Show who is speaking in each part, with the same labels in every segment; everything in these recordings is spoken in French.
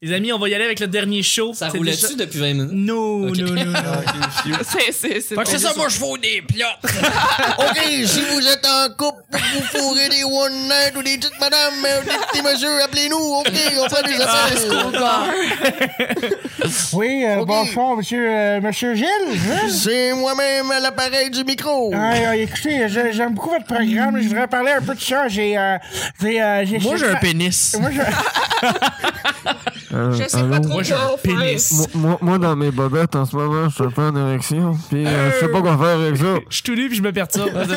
Speaker 1: Les amis, on va y aller avec le dernier show.
Speaker 2: Ça
Speaker 1: C'est
Speaker 2: roulait-tu
Speaker 1: déjà-
Speaker 2: depuis 20 minutes?
Speaker 1: Non,
Speaker 2: Ok.
Speaker 1: non, non, non.
Speaker 3: C'est, c'est, c'est.
Speaker 4: Fait que c'est ça, moi, je fous des plats. OK, si vous êtes en couple, vous fourrez des one night ou des petites madames, euh, des petits messieurs, appelez-nous. OK, on fait
Speaker 1: Ah.
Speaker 4: des affaires.
Speaker 5: Oui, euh,
Speaker 4: Ok.
Speaker 5: bonsoir, monsieur, euh, monsieur Gilles. hein?
Speaker 4: C'est moi-même à l'appareil du micro.
Speaker 1: Ah.
Speaker 5: Ouais, ouais, écoutez, je- j'aime beaucoup votre programme. Je voudrais parler un peu de ça. J'ai, euh, j'ai, euh, j'ai-
Speaker 6: Moi, j'ai un pénis.
Speaker 5: Moi, j'ai-
Speaker 3: Je sais pas trop
Speaker 1: Moi, j'ai un
Speaker 3: quoi
Speaker 1: pénis.
Speaker 3: faire.
Speaker 7: Moi, moi, dans mes bobettes, en ce moment, je suis pas en érection. Puis, euh, je sais pas quoi faire avec ça.
Speaker 1: Je suis tout nu puis je me perturbe.
Speaker 2: pensais.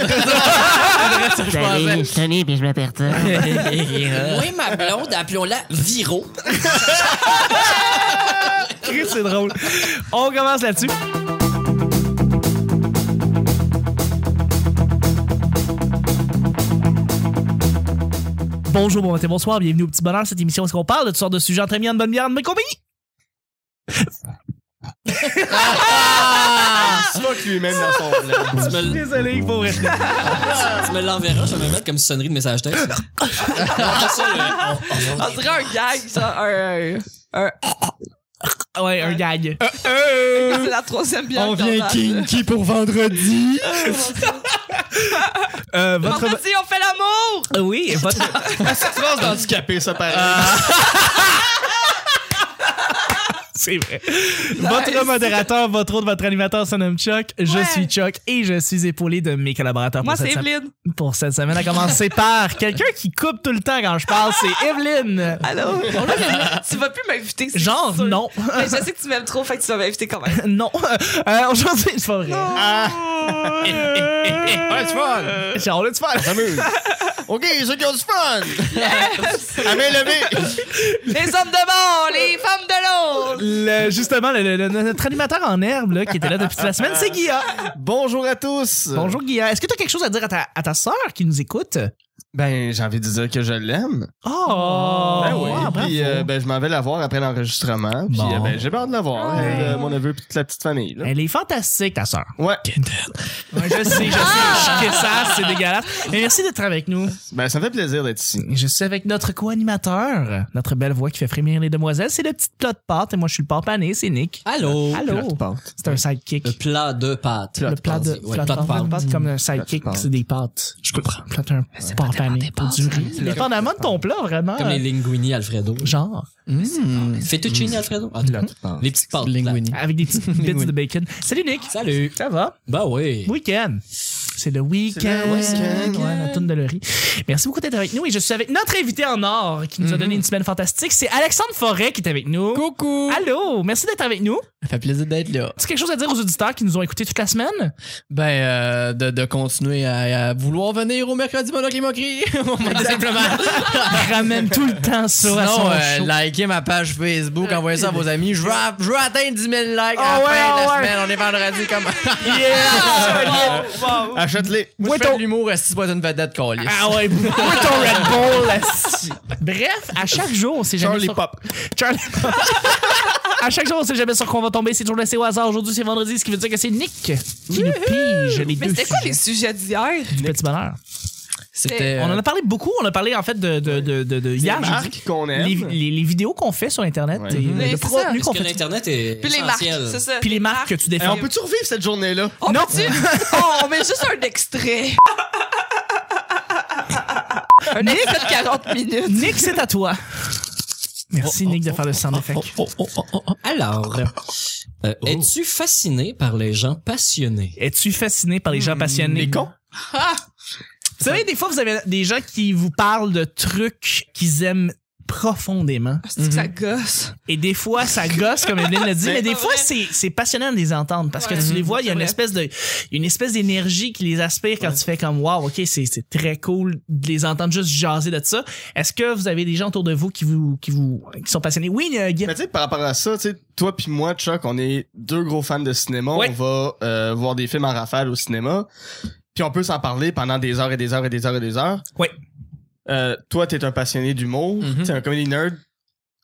Speaker 8: Je t'en ai, puis je me perturbe.
Speaker 2: Moi, ma blonde, appelons-la Viro.
Speaker 1: Chris, c'est drôle. On commence là-dessus. Bonjour, bon matin, bonsoir, bienvenue au Petit Bonheur, cette émission où est-ce qu'on parle de toutes sortes de sujets entre amis, en bonne bière, en bonne compagnie.
Speaker 6: Fuck lui-même dans son plan.
Speaker 2: Tu me,
Speaker 1: Désolé, il faut rester.
Speaker 2: tu me l'enverras, je vais me mettre comme sonnerie de message texte. Ah, Non, ça, le- on- on-
Speaker 3: On dirait un gag, ça. Un. un-
Speaker 1: Ouais, un gag.
Speaker 6: Euh,
Speaker 3: un- C'est la troisième bière.
Speaker 6: On
Speaker 3: qu'on
Speaker 6: vient
Speaker 3: a.
Speaker 6: kinky pour vendredi.
Speaker 1: Euh,
Speaker 3: En
Speaker 1: votre...
Speaker 3: fait, si on fait l'amour!
Speaker 1: Euh, Oui, votre...
Speaker 6: Tu penses d'handicapé, ça pareil.
Speaker 1: C'est vrai. Votre modérateur, votre autre, votre animateur se nomme Chuck. Je
Speaker 3: Ouais.
Speaker 1: suis Chuck et je suis épaulé de mes collaborateurs
Speaker 3: Moi,
Speaker 1: pour,
Speaker 3: c'est
Speaker 1: cette sem-
Speaker 3: Evelyne.
Speaker 1: pour cette semaine. À commencer par quelqu'un qui coupe tout le temps quand je parle, c'est Evelyne.
Speaker 3: Allô? tu vas plus m'inviter. Ah, c'est
Speaker 1: Genre,
Speaker 3: sûr.
Speaker 1: non.
Speaker 3: Mais je sais que tu m'aimes trop, fait que tu vas m'inviter quand même.
Speaker 1: Non. Euh, Aujourd'hui, c'est pas vrai.
Speaker 6: Ah. Ouais, tu vois.
Speaker 1: Genre, là, tu parles.
Speaker 6: S'amuse.
Speaker 4: OK, ceux qui ont du fun.
Speaker 6: À main levée.
Speaker 3: Les hommes de bord, les femmes de l'autre!
Speaker 1: Le- justement, le- le- le- notre animateur en herbe là, qui était là depuis toute la semaine, c'est Guilla.
Speaker 6: Bonjour à tous.
Speaker 1: Bonjour Guilla. Est-ce que tu as quelque chose à dire à ta, à ta sœur qui nous écoute?
Speaker 6: Ben, j'ai envie de dire que je l'aime.
Speaker 1: Oh!
Speaker 6: ben oui.
Speaker 1: wow, bravo.
Speaker 6: puis, euh, ben, je m'en vais la voir après l'enregistrement. Puis,
Speaker 1: Bon. Ah.
Speaker 6: euh, ben, j'ai peur de la voir.
Speaker 1: Ouais.
Speaker 6: elle, euh, mon neveu, puis toute la petite famille. Là.
Speaker 1: Elle est fantastique, ta sœur. Ah!
Speaker 6: Ouais.
Speaker 1: Ouais, je sais, je sais. Je sais ça, c'est dégueulasse. Mais merci d'être avec nous.
Speaker 6: Ben, ça me fait plaisir d'être ici.
Speaker 1: Je suis avec notre co-animateur, notre belle voix qui fait frémir les demoiselles. C'est le petit plat de pâte et moi je suis le porte pané, c'est Nick.
Speaker 2: Allô?
Speaker 1: Allô? C'est un sidekick.
Speaker 2: Le plat de pâte.
Speaker 1: Le plat de,
Speaker 2: Ouais,
Speaker 1: plat de pâte. pâte comme un sidekick,
Speaker 6: pâte.
Speaker 1: c'est des pâtes. Je comprends. Plat un porte pané pour du riz. Dépendamment de ton plat, vraiment.
Speaker 2: Comme les linguini Alfredo.
Speaker 1: Genre, Mm.
Speaker 2: Fettuccine Alfredo. En tout cas, les petites pâtes.
Speaker 7: Linguini.
Speaker 1: avec des petites bits de bacon. Salut Nick!
Speaker 2: là. Salut.
Speaker 1: Ça va?
Speaker 2: Ben oui.
Speaker 1: Week-end. C'est le week-end.
Speaker 6: week-end.
Speaker 1: Ouais, la toune de Laurie. Merci beaucoup d'être avec nous et je suis avec notre invité en or qui nous a donné une semaine fantastique. C'est Alexandre Forêt qui est avec nous.
Speaker 7: Coucou!
Speaker 1: Allô, merci d'être avec nous.
Speaker 7: Ça fait plaisir d'être là.
Speaker 1: As-tu quelque chose à dire aux auditeurs qui nous ont écoutés toute la semaine?
Speaker 7: Ben, euh, de, de continuer à, à vouloir venir au mercredi monocle et moquerie. Simplement.
Speaker 1: Ramène tout le temps ça à son
Speaker 7: Sinon, euh,
Speaker 1: show.
Speaker 7: likez ma page Facebook, envoyez ça à vos amis. Je veux, je veux atteindre 10 000 likes à la
Speaker 1: Oh ouais,
Speaker 7: fin de
Speaker 1: oh
Speaker 7: la
Speaker 1: ouais.
Speaker 7: semaine. On est vendredi comme.
Speaker 6: Achète-les.
Speaker 7: Moi,
Speaker 1: Ouais,
Speaker 7: je fais
Speaker 1: ton-
Speaker 7: de l'humour, est-ce que tu vas être une vedette, Callis?
Speaker 1: Ah ouais, bois ton Red Bull, esti. Bref, à chaque jour, on sait jamais
Speaker 6: Charlie
Speaker 1: sur-
Speaker 6: Pop.
Speaker 1: Charlie Pop. à chaque jour, on sait jamais sur quoi on va tomber. C'est toujours laissé au hasard. Aujourd'hui, c'est vendredi, ce qui veut dire que c'est Nick qui nous pige les
Speaker 3: Mais
Speaker 1: deux
Speaker 3: c'était quoi les
Speaker 1: sujets
Speaker 3: sujets d'hier?
Speaker 1: du petit bonheur.
Speaker 2: Euh,
Speaker 7: C'était. euh,
Speaker 1: On en a parlé beaucoup. On a parlé en fait de, de, de, de, de hier.
Speaker 6: Les
Speaker 1: je
Speaker 6: marques
Speaker 1: dis,
Speaker 6: qu'on aime.
Speaker 1: les, les- les vidéos qu'on fait sur Internet
Speaker 6: Ouais.
Speaker 1: et
Speaker 3: Mais
Speaker 1: le
Speaker 3: c'est ça.
Speaker 1: contenu qu'on
Speaker 2: Parce que
Speaker 1: fait.
Speaker 2: l'Internet est
Speaker 3: Puis les marques,
Speaker 2: essentiel.
Speaker 3: c'est ça.
Speaker 1: Puis les marques que tu
Speaker 6: Eh,
Speaker 1: défends.
Speaker 6: on peut survivre cette journée-là.
Speaker 7: Oh!
Speaker 3: On
Speaker 1: Non.
Speaker 3: peut-tu- Oh, on met juste un extrait. un extrait de 40 minutes.
Speaker 1: Nick, c'est à toi. Merci Nick de faire le sound effect.
Speaker 2: Alors, euh,
Speaker 7: Oh.
Speaker 2: es-tu fasciné par les gens passionnés?
Speaker 1: Es-tu fasciné par les gens passionnés? oh. Mm-hmm. Les cons? Vous savez, des fois, vous avez des gens qui vous parlent de trucs qu'ils aiment profondément.
Speaker 3: C'est Ah, que ça
Speaker 1: Mm-hmm.
Speaker 3: gosse.
Speaker 1: Et des fois, ça gosse, comme Evelyne l'a dit, mais des
Speaker 3: pas
Speaker 1: fois,
Speaker 3: vrai.
Speaker 1: c'est, c'est passionnant de les entendre parce
Speaker 3: Ouais.
Speaker 1: que tu les vois, il y a une
Speaker 3: vrai.
Speaker 1: espèce de, une espèce d'énergie qui les aspire quand tu fais comme, wow, ok, c'est, c'est très cool de les entendre juste jaser de ça. Est-ce que vous avez des gens autour de vous qui vous, qui vous, qui sont passionnés? Oui, euh, Guy-
Speaker 6: Mais tu sais, par rapport à ça, tu sais, toi puis moi, Chuck, on est deux gros fans de cinéma.
Speaker 1: Ouais.
Speaker 6: On va euh, voir des films en rafale au cinéma. Puis on peut s'en parler pendant des heures et des heures et des heures et des heures.
Speaker 1: Ouais.
Speaker 7: Mm-hmm.
Speaker 6: Euh, toi, t'es un passionné d'humour. T'es un comedy nerd.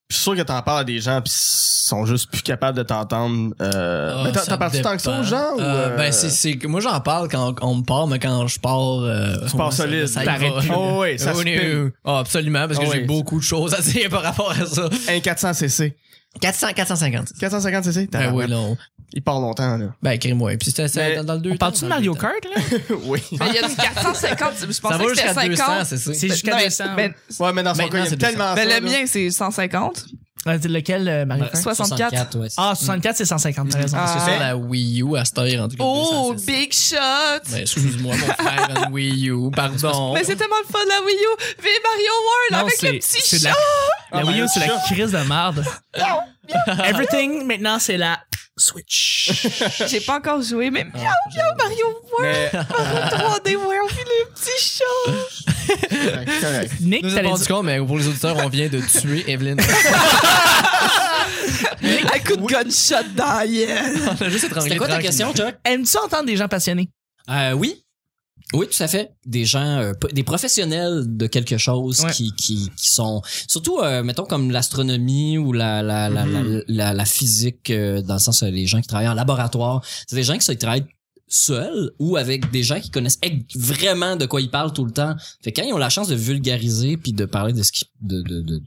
Speaker 6: je suis sûr que t'en parles à des gens pis ils sont juste plus capables de t'entendre. Euh...
Speaker 7: Ah,
Speaker 6: mais t'en-
Speaker 7: ça
Speaker 6: t'en parles-tu tant que ça aux
Speaker 7: dépend.
Speaker 6: gens ou...
Speaker 7: Euh,
Speaker 6: euh,
Speaker 7: Ben, c'est, c'est, que moi, j'en parle quand on me part, mais quand je pars. euh,
Speaker 6: Tu pars
Speaker 7: ouais, ça-
Speaker 6: solide.
Speaker 7: ça y
Speaker 6: T'arrêtes
Speaker 7: va.
Speaker 6: plus. Oh, oui, ça
Speaker 7: Oh,
Speaker 6: se
Speaker 7: oui,
Speaker 6: pile.
Speaker 7: oui. Ah, absolument, parce que
Speaker 6: Ah,
Speaker 7: j'ai
Speaker 6: oui.
Speaker 7: beaucoup de choses à dire par rapport à ça.
Speaker 6: Un 400 CC.
Speaker 7: 400, 450.
Speaker 6: 450 CC?
Speaker 7: Ben oui,
Speaker 6: Tabarouette.
Speaker 7: non.
Speaker 6: Il part longtemps, là.
Speaker 7: Ben, crée-moi. Puis c'était ça
Speaker 6: Mais
Speaker 7: dans, dans le 2.
Speaker 1: On parle-tu de Mario Kart, là?
Speaker 6: oui.
Speaker 3: Mais Ben, il y a du 450. Je
Speaker 7: Ça
Speaker 3: pensais
Speaker 7: va
Speaker 3: que
Speaker 7: jusqu'à
Speaker 3: c'était Ben,
Speaker 7: 200,
Speaker 3: 50.
Speaker 7: c'est ça.
Speaker 1: C'est jusqu'à
Speaker 3: Non,
Speaker 2: ben,
Speaker 1: 200.
Speaker 3: mais-
Speaker 6: Ouais, mais dans son
Speaker 7: Maintenant,
Speaker 6: cas, il y a
Speaker 7: c'est Ben,
Speaker 6: tellement
Speaker 3: Mais
Speaker 6: ça,
Speaker 3: le
Speaker 6: là.
Speaker 3: mien, c'est 150.
Speaker 1: Ah, c'est lequel, euh, Mario Kart?
Speaker 3: 64.
Speaker 2: ouais. c'est-
Speaker 1: Ah, 64, c'est 150, t'as raison.
Speaker 3: Ah.
Speaker 7: C'est ça, la Wii U à cette heure, en tout cas.
Speaker 3: Oh,
Speaker 7: 200, c'est-
Speaker 3: big shot!
Speaker 7: Ben, excuse-moi, mon frère, une Wii U, pardon.
Speaker 3: Mais Ben, c'est tellement le fun la Wii U! Vive Mario World
Speaker 1: Non,
Speaker 3: avec
Speaker 1: c'est-
Speaker 3: le petit
Speaker 1: c'est de
Speaker 3: chat!
Speaker 1: la-
Speaker 6: Ah,
Speaker 1: La Wii U,
Speaker 6: ben,
Speaker 1: c'est la
Speaker 6: ça.
Speaker 1: crise de merde. Everything, maintenant, c'est la Switch.
Speaker 3: J'ai pas encore joué, mais
Speaker 1: Ah,
Speaker 3: miaou, miaou, Mario World!
Speaker 6: Mais,
Speaker 3: Mario 3D World, puis le petit chat!
Speaker 6: correct, correct.
Speaker 1: Nick,
Speaker 7: Nous
Speaker 1: t'allais
Speaker 7: avons
Speaker 1: dire-
Speaker 7: du compte, mais pour les auditeurs, on vient de tuer Evelyn.
Speaker 3: Un coup de gunshot dans la gueule.
Speaker 7: on a juste étranglé
Speaker 2: C'était quoi ta
Speaker 7: tranquille.
Speaker 2: question, Chuck?
Speaker 1: Aimes-tu entendre des gens passionnés?
Speaker 2: Euh, oui. Oui, tout à fait. Des gens, euh, p- des professionnels de quelque chose
Speaker 1: Ouais.
Speaker 2: qui, qui, qui sont, surtout, euh, mettons, comme l'astronomie ou la, la, la,
Speaker 1: Mm-hmm.
Speaker 2: la, la- la physique, euh, dans le sens, euh, les gens qui travaillent en laboratoire. C'est des gens qui se qui travaillent seuls ou avec des gens qui connaissent ex- vraiment de quoi ils parlent tout le temps. Fait que quand ils ont la chance de vulgariser puis de parler de ce qui, de, de, de-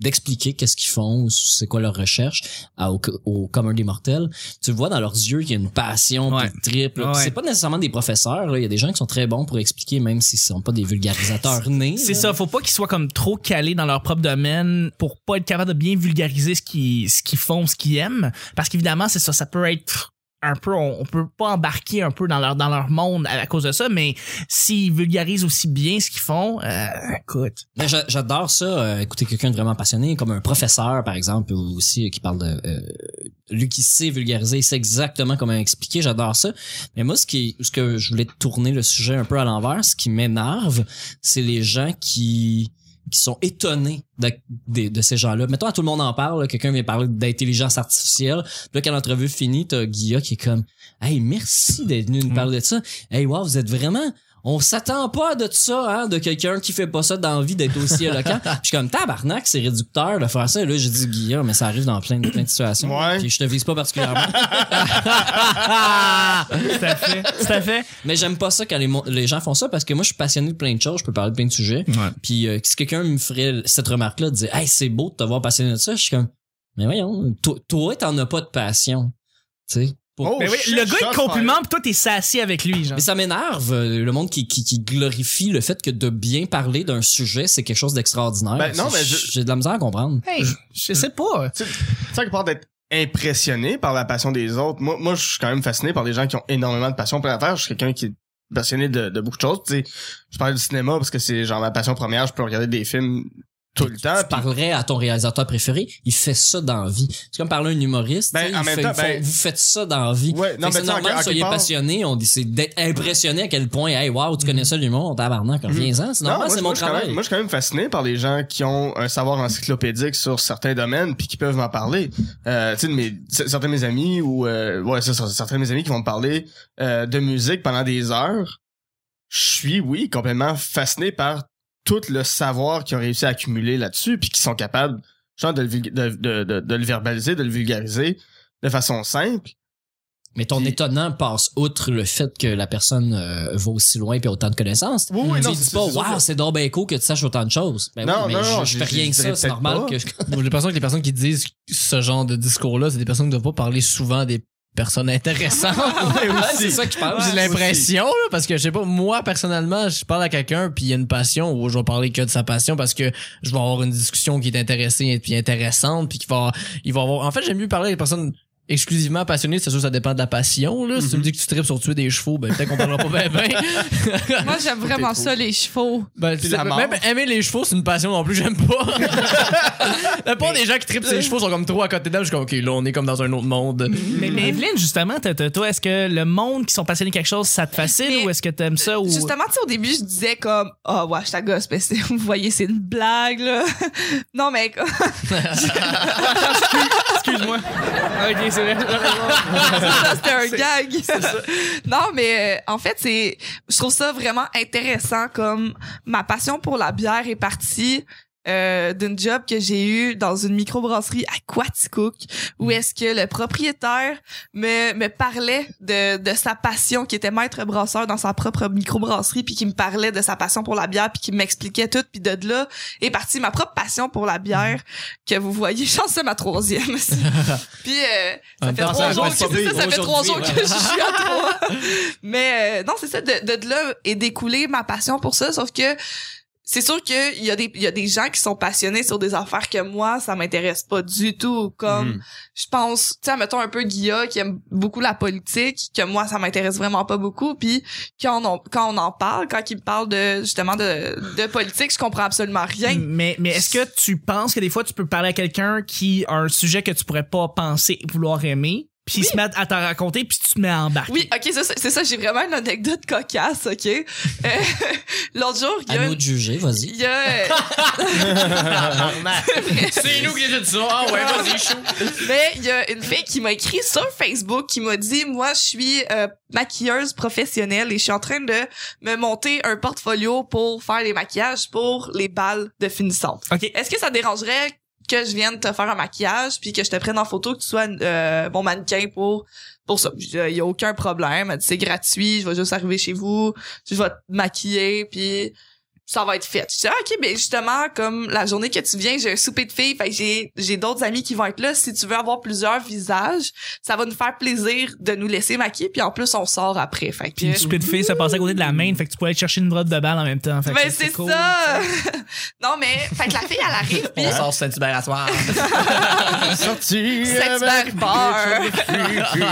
Speaker 2: d'expliquer qu'est-ce qu'ils font, ou c'est quoi leur recherche à- au, au commun des mortels, tu vois dans leurs yeux qu'il y a une passion
Speaker 1: Ouais.
Speaker 2: puis une tripe, là.
Speaker 1: Ouais.
Speaker 2: Puis C'est pas nécessairement des professeurs. là. Il y a des gens qui sont très bons pour expliquer, même s'ils sont pas des vulgarisateurs nés.
Speaker 1: C'est
Speaker 2: là.
Speaker 1: ça, faut pas qu'ils soient comme trop calés dans leur propre domaine pour pas être capable de bien vulgariser ce qu'ils ce qu'ils font, ce qu'ils aiment. Parce qu'évidemment, c'est ça, ça peut être un peu, on, on peut pas embarquer un peu dans leur dans leur monde à, à cause de ça, mais s'ils vulgarisent aussi bien ce qu'ils font, euh, écoute.
Speaker 2: Mais j'a- j'adore ça, euh, écouter quelqu'un de vraiment passionné, comme un professeur, par exemple, ou aussi euh, qui parle de... euh, lui qui sait vulgariser, il sait exactement comment expliquer, j'adore ça. Mais moi, ce, qui, ce que je voulais tourner le sujet un peu à l'envers, ce qui m'énerve, c'est les gens qui qui sont étonnés de, de, de ces gens-là. Mettons, à tout le monde en parle, là, quelqu'un vient parler d'intelligence artificielle. Puis là, quand l'entrevue finit, t'as Guilla qui est comme « Hey, merci d'être venu nous parler de ça. Hey, wow, vous êtes vraiment... On s'attend pas de ça, hein, de quelqu'un qui fait pas ça dans la vie d'être aussi éloquent. Puis je suis comme tabarnak, c'est réducteur de faire ça. Et là, j'ai dit Guilla, mais ça arrive dans plein de, plein de situations.
Speaker 6: Ouais.
Speaker 2: Puis je te vise pas particulièrement.
Speaker 1: Tout à fait. Tout à fait.
Speaker 2: Mais j'aime pas ça quand les, mon- les gens font ça parce que moi, je suis passionné de plein de choses, je peux parler de plein de sujets. Puis euh, si quelqu'un me ferait cette remarque-là, de dire Hey, c'est beau de te voir passionné de ça, je suis comme Mais voyons, to- toi, t'en as pas de passion. Tu sais. Pour-
Speaker 6: Oh,
Speaker 1: Mais oui,
Speaker 6: shit,
Speaker 1: le gars il
Speaker 6: shots
Speaker 1: te complimente, pis toi t'es sassé avec lui, genre.
Speaker 2: Mais ça m'énerve, euh, le monde qui, qui, qui glorifie le fait que de bien parler d'un sujet, c'est quelque chose d'extraordinaire.
Speaker 6: Ben, non, mais je-
Speaker 2: J'ai de la misère à comprendre.
Speaker 1: Hey, je sais pas.
Speaker 6: Tu tu sais, à part d'être impressionné par la passion des autres, moi, moi, je suis quand même fasciné par les gens qui ont énormément de passion pour l'affaire. Je suis quelqu'un qui est passionné de, de beaucoup de choses. Tu sais, je parle du cinéma parce que c'est genre ma passion première. Je peux regarder des films tout le temps.
Speaker 2: Tu parlerais à ton réalisateur préféré, il fait ça dans la vie. C'est comme parler à un humoriste,
Speaker 6: Ben,
Speaker 2: tu sais,
Speaker 6: en
Speaker 2: il
Speaker 6: même
Speaker 2: fait-
Speaker 6: temps,
Speaker 2: ils font-
Speaker 6: ben-
Speaker 2: vous faites ça dans la vie.
Speaker 6: Ouais, non,
Speaker 2: Fait que
Speaker 6: mais
Speaker 2: c'est
Speaker 6: tu sais, en-
Speaker 2: normal
Speaker 6: en
Speaker 2: que soyez
Speaker 6: quelque part- Mm-hmm.
Speaker 2: passionné, on dit c'est d'être impressionné à quel point hey wow, tu connais ça l'humour, tabarnak, reviens-en, c'est
Speaker 6: Non,
Speaker 2: normal,
Speaker 6: moi,
Speaker 2: c'est
Speaker 6: je-
Speaker 2: mon
Speaker 6: moi, je suis quand
Speaker 2: travail.
Speaker 6: même- moi, je suis quand même fasciné par les gens qui ont un savoir encyclopédique sur certains domaines puis qui peuvent m'en parler. Euh, tu sais, de mes, c- certains de mes amis ou euh, ouais, c'est ça, certains de mes amis qui vont me parler euh, de musique pendant des heures. Je suis, oui, complètement fasciné par tout le savoir qu'ils ont réussi à accumuler là-dessus puis qui sont capables, genre, de le, vulga- de, de, de, de le verbaliser, de le vulgariser de façon simple.
Speaker 2: Mais ton
Speaker 6: Puis-
Speaker 2: étonnant passe outre le fait que la personne euh, va aussi loin puis a autant de connaissances.
Speaker 6: Oui, oui,
Speaker 2: tu
Speaker 6: non,
Speaker 2: lui dis
Speaker 6: c'est-
Speaker 2: pas
Speaker 6: c'est sûr
Speaker 2: wow,
Speaker 6: que-
Speaker 2: c'est donc ben cool que tu saches autant de choses. Ben
Speaker 6: Non,
Speaker 2: oui, mais
Speaker 6: non,
Speaker 2: je-
Speaker 6: non,
Speaker 2: je,
Speaker 6: je-
Speaker 2: fais
Speaker 6: je
Speaker 2: rien que
Speaker 6: dirais
Speaker 2: ça, c'est
Speaker 6: peut-être
Speaker 2: normal
Speaker 6: pas.
Speaker 2: que je-
Speaker 7: Moi, J'ai l'impression que les personnes qui disent ce genre de discours-là, c'est des personnes qui ne doivent pas parler souvent des personnes intéressantes.
Speaker 3: Ah,
Speaker 2: c'est ça que je parle.
Speaker 7: J'ai l'impression, là, parce que je sais pas, moi, personnellement, je parle à quelqu'un, puis il y a une passion, ou je vais parler que de sa passion, parce que je vais avoir une discussion qui est intéressée et puis intéressante, puis qui va, il va avoir, en fait, j'aime mieux parler à des personnes exclusivement passionnées, c'est sûr, ça dépend de la passion, là. Si tu me dis que tu tripes sur tuer des chevaux, ben, peut-être qu'on parlera pas bien, ben.
Speaker 3: Moi, j'aime vraiment ça, les chevaux.
Speaker 7: Ben, tu sais,
Speaker 6: la mort.
Speaker 7: même aimer les chevaux, c'est une passion non plus, j'aime pas. la plupart des gens qui tripent sur les chevaux sont comme trop à côté d'elle, je suis comme, OK, là, on est comme dans un autre monde.
Speaker 1: Mais, mais Evelyne, justement, t'as- t'as- toi, est-ce que le monde qui sont passionnés de quelque chose, ça te fascine
Speaker 3: Mais-
Speaker 1: ou est-ce que t'aimes ça ou.
Speaker 3: Justement, tu sais, au début, je disais comme, ah, ouais, je t'agosse, mais c'est- vous voyez, c'est une blague, là. Non, mais. comme-
Speaker 1: Excuse-moi. ok, c'est vrai.
Speaker 3: ça, c'était un gag. non, mais euh, en fait, c'est, je trouve ça vraiment intéressant comme ma passion pour la bière est partie euh, d'une job que j'ai eue dans une microbrasserie à Quaticook
Speaker 2: Mm.
Speaker 3: où est-ce que le propriétaire me, me parlait de, de sa passion qui était maître brasseur dans sa propre microbrasserie puis qui me parlait de sa passion pour la bière puis qui m'expliquait tout puis de là est partie ma propre passion pour la bière
Speaker 2: Mm.
Speaker 3: que vous voyez je pense que c'est ma troisième aussi. puis euh, ça
Speaker 2: En
Speaker 3: fait
Speaker 2: même temps, ça
Speaker 3: trois jours que
Speaker 2: reste
Speaker 3: c'est ça, ça fait
Speaker 2: aujourd'hui,
Speaker 3: trois jours que
Speaker 2: ouais.
Speaker 3: je suis à trois mais euh, non, c'est ça, de, de, de là est découlée ma passion pour ça, sauf que c'est sûr qu'il y, a des- il y a des gens qui sont passionnés sur des affaires que moi, ça m'intéresse pas du tout. Comme,
Speaker 6: Mhm.
Speaker 3: je pense, tu sais, mettons un peu Guilla qui aime beaucoup la politique, que moi, ça m'intéresse vraiment pas beaucoup. Puis quand on, quand on en parle, quand il me parle de justement de, de politique, je comprends absolument rien.
Speaker 1: Mais, mais est-ce que tu penses que des fois tu peux parler à quelqu'un qui a un sujet que tu pourrais pas penser vouloir aimer, puis il se met à t'en raconter, puis tu te mets à embarquer?
Speaker 3: Oui, ok, ça, c'est c'est ça, j'ai vraiment une anecdote cocasse, ok. Euh, L'autre jour, il y a...
Speaker 2: À nous
Speaker 3: une-
Speaker 2: de juger, vas-y.
Speaker 3: Il y a...
Speaker 7: C'est nous qui les étudions. Ah ouais, vas-y, chaud.
Speaker 3: Mais il y a une fille qui m'a écrit sur Facebook qui m'a dit moi je suis euh, maquilleuse professionnelle et je suis en train de me monter un portfolio pour faire les maquillages pour les balles de finissante.
Speaker 1: OK.
Speaker 3: Est-ce que ça dérangerait que je vienne te faire un maquillage puis que je te prenne en photo que tu sois euh, mon mannequin pour pour ça il y a aucun problème Elle dit, c'est gratuit je vais juste arriver chez vous je vais te maquiller puis ça va être fait. Je dis, ah, OK, mais justement, comme la journée que tu viens, j'ai un souper de filles, fait que j'ai, j'ai d'autres amis qui vont être là. Si tu veux avoir plusieurs visages, ça va nous faire plaisir de nous laisser maquiller, puis en plus, on sort après. Fait que...
Speaker 1: Puis une stupide fille se passait à côté de la main, fait que tu pouvais aller chercher une droite de balle en même temps. Fait que
Speaker 3: Ben, c'est
Speaker 1: cool.
Speaker 3: ça! non, mais, fait que la fille, elle arrive, puis
Speaker 7: On sort Saint-Hubert à soir.
Speaker 6: Hum. Sorti
Speaker 3: Sex
Speaker 6: avec
Speaker 3: bar.
Speaker 6: des trucs.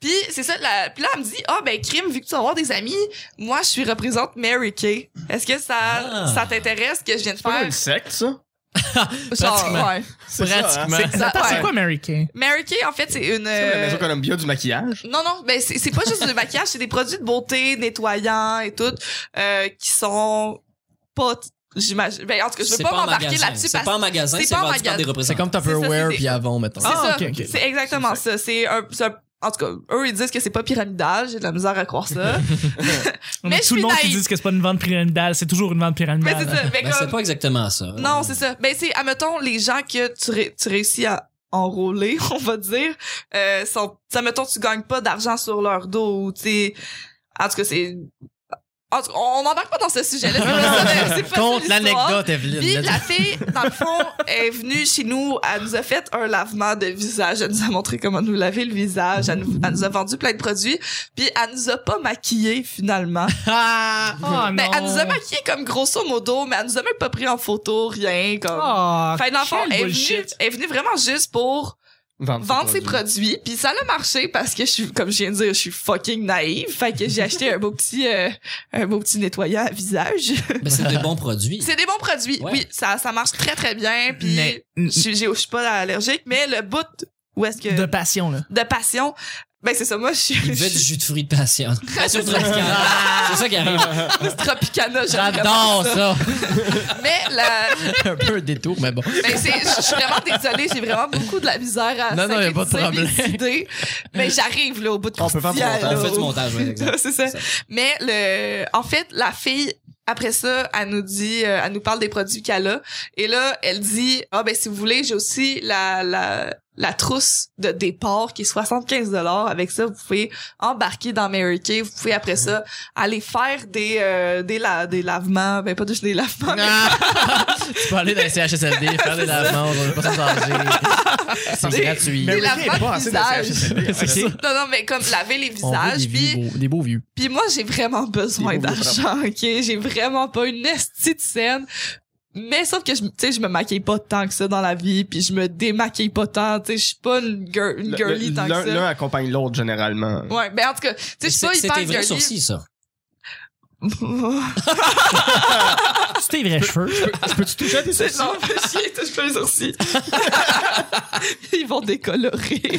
Speaker 3: Puis c'est ça, la, puis là, elle me dit, ah ben, crime, vu que tu vas avoir des amis, moi, je suis représente Mary Kay. Est-ce que ça,
Speaker 2: Ah.
Speaker 3: ça t'intéresse que je vienne de
Speaker 6: C'est pas
Speaker 3: faire?
Speaker 6: une secte, ça?
Speaker 3: Genre,
Speaker 7: pratiquement.
Speaker 3: ouais.
Speaker 6: C'est ça, hein?
Speaker 1: C'est-
Speaker 3: Ça-
Speaker 1: attends, c'est
Speaker 3: ouais.
Speaker 1: quoi Mary Kay?
Speaker 3: Mary Kay, en fait, c'est une...
Speaker 6: C'est la
Speaker 3: euh,
Speaker 6: maison Columbia du maquillage.
Speaker 3: Non, non, ben c'est c'est pas juste du maquillage, c'est des produits de beauté, nettoyants et tout, euh, qui sont pas, t- j'imagine. Ben en tout cas, je veux
Speaker 2: C'est
Speaker 3: pas,
Speaker 2: en
Speaker 3: m'embarquer
Speaker 2: magasin.
Speaker 3: là-dessus
Speaker 2: C'est
Speaker 3: parce
Speaker 2: pas en magasin,
Speaker 3: c'est
Speaker 2: c'est
Speaker 3: pas en
Speaker 2: vendu par
Speaker 3: magasin.
Speaker 2: des
Speaker 7: C'est
Speaker 2: représentants.
Speaker 7: comme Tupperware
Speaker 3: c'est-
Speaker 7: puis avant, mettons.
Speaker 3: c'est
Speaker 1: Ah,
Speaker 3: ça,
Speaker 1: ok, ok.
Speaker 3: c'est exactement ça. C'est un, c'est un- en tout cas, eux ils disent que c'est pas pyramidal, j'ai de la misère à croire ça.
Speaker 1: On
Speaker 3: Mais
Speaker 1: a
Speaker 3: je
Speaker 1: tout le
Speaker 3: suis
Speaker 1: monde qui
Speaker 3: naïf.
Speaker 1: dit que c'est pas une vente pyramidale, c'est toujours une vente
Speaker 3: mais
Speaker 1: pyramidale.
Speaker 3: c'est ça, mais
Speaker 2: Ben, c'est
Speaker 3: comme,
Speaker 2: pas exactement ça.
Speaker 3: non, c'est ça. Ben c'est, admettons, les gens que tu, ré- tu réussis à enrôler, on va dire, euh, sont, ça mettons, tu gagnes pas d'argent sur leur dos ou tu sais, en tout cas c'est. en tout cas, on n'embarque pas dans ce sujet-là. c'est pas ça, mais c'est pas ça
Speaker 7: Contre
Speaker 3: l'histoire.
Speaker 7: l'anecdote, Evelyne.
Speaker 3: Puis
Speaker 7: let's
Speaker 3: la fille, dans le fond, est venue chez nous, elle nous a fait un lavement de visage, elle nous a montré comment nous laver le visage, elle nous, elle nous a vendu plein de produits, puis elle nous a pas maquillés finalement.
Speaker 1: Ah, oh,
Speaker 3: Ben,
Speaker 1: non.
Speaker 3: elle nous a maquillés comme grosso modo, mais elle nous a même pas pris en photo, rien, comme...
Speaker 1: Ah,
Speaker 3: Fait que dans le fond,
Speaker 1: quel
Speaker 3: elle est, venue,
Speaker 1: bullshit.
Speaker 3: elle est venue vraiment juste pour vendre ses
Speaker 6: produits.
Speaker 3: produits. Puis ça a marché parce que je suis, comme je viens de dire, je suis fucking naïve. Fait que j'ai acheté un beau petit, euh, un beau petit nettoyant à visage.
Speaker 2: Mais Ben, c'est des bons produits.
Speaker 3: C'est des bons produits.
Speaker 2: Ouais.
Speaker 3: Oui, ça, ça marche très très bien. Puis
Speaker 1: Mais-
Speaker 3: je suis- j'ai- je suis pas allergique, mais le bout où est-ce que
Speaker 1: De
Speaker 3: de,
Speaker 1: passion, là.
Speaker 3: passion, ben c'est ça. Moi, je suis
Speaker 2: Il veut du jus de fruits de patience. Passion tropicale. C'est ça qui arrive.
Speaker 3: tropicana. j'aime
Speaker 7: J'adore
Speaker 3: vraiment
Speaker 7: ça.
Speaker 3: Mais la,
Speaker 7: un peu un détour, mais bon.
Speaker 3: ben c'est, je suis vraiment désolée, j'ai vraiment beaucoup de la misère à
Speaker 7: Non, non, y a pas de
Speaker 3: synthétiser mes
Speaker 7: problème.
Speaker 3: idées. Mais j'arrive là au bout de
Speaker 6: On peut faire du
Speaker 3: Christian, là.
Speaker 6: montage.
Speaker 2: On fait du montage, ouais, exact.
Speaker 3: c'est ça. Mais le, en fait, la fille, après ça, elle nous dit, euh, elle nous parle des produits qu'elle a. Et là, elle dit, ah ben si vous voulez, j'ai aussi la, la, la trousse de départ qui est 75 dollars. Avec ça, vous pouvez embarquer dans Mary Kay. Vous pouvez après ça aller faire des, euh, des, la, des lavements. Ben pas juste des lavements. mais-
Speaker 7: Tu peux aller dans les CHSLD, faire des lavements, on va pas s'en changer. C'est
Speaker 3: Des-
Speaker 7: gratuit.
Speaker 3: des
Speaker 6: Mais
Speaker 3: lavements
Speaker 6: Mary Kay est
Speaker 3: de
Speaker 6: pas assez
Speaker 3: visage.
Speaker 6: dans le
Speaker 7: C'est ça.
Speaker 3: Non, non, mais comme laver les
Speaker 7: On veut
Speaker 3: visages.
Speaker 7: des,
Speaker 3: Puis,
Speaker 7: vieux beaux, des beaux vieux.
Speaker 3: Puis moi, j'ai vraiment besoin
Speaker 6: Des beaux
Speaker 3: d'argent, ok? J'ai vraiment pas une estie de scène. Mais sauf que je, tu sais, je me maquille pas tant que ça dans la vie, puis je me démaquille pas tant, tu sais, je suis pas une, girl, une
Speaker 6: Le-
Speaker 3: girly
Speaker 6: le-
Speaker 3: tant
Speaker 6: L'un
Speaker 3: que
Speaker 6: l'un
Speaker 3: ça.
Speaker 6: accompagne l'autre, généralement.
Speaker 3: Ouais, ben en tout cas, tu sais, je suis
Speaker 2: C'est
Speaker 3: pas
Speaker 2: c'est
Speaker 3: hyper
Speaker 2: tes vrais
Speaker 3: girly.
Speaker 2: sourcils, ça.
Speaker 1: C'est tes vrais cheveux.
Speaker 6: Peux-tu toucher à tes
Speaker 3: C'est non, fais chier, touche pas les sourcils. Ils vont décolorer. Mais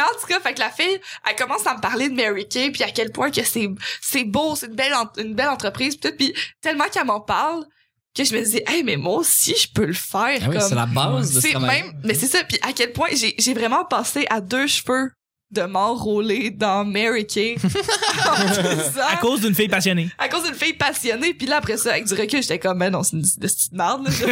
Speaker 3: en tout cas, fait que la fille, elle commence à me parler de Mary Kay, puis à quel point que c'est c'est beau, c'est une belle en- une belle entreprise, puis tout, puis tellement qu'elle m'en parle que je me dis, hey, mais moi aussi, je peux le faire.
Speaker 2: Ah oui,
Speaker 3: comme-
Speaker 2: c'est la base de ce
Speaker 3: c'est
Speaker 2: travail.
Speaker 3: même, mais c'est ça. Puis à quel point j'ai j'ai vraiment passé à deux cheveux de m'enrôler dans Mary Kay en faisant-
Speaker 1: À cause d'une fille passionnée.
Speaker 3: à cause d'une fille passionnée. Puis là, après ça, avec du recul, j'étais comme, ben non, c'est une de petite merde. là. Genre,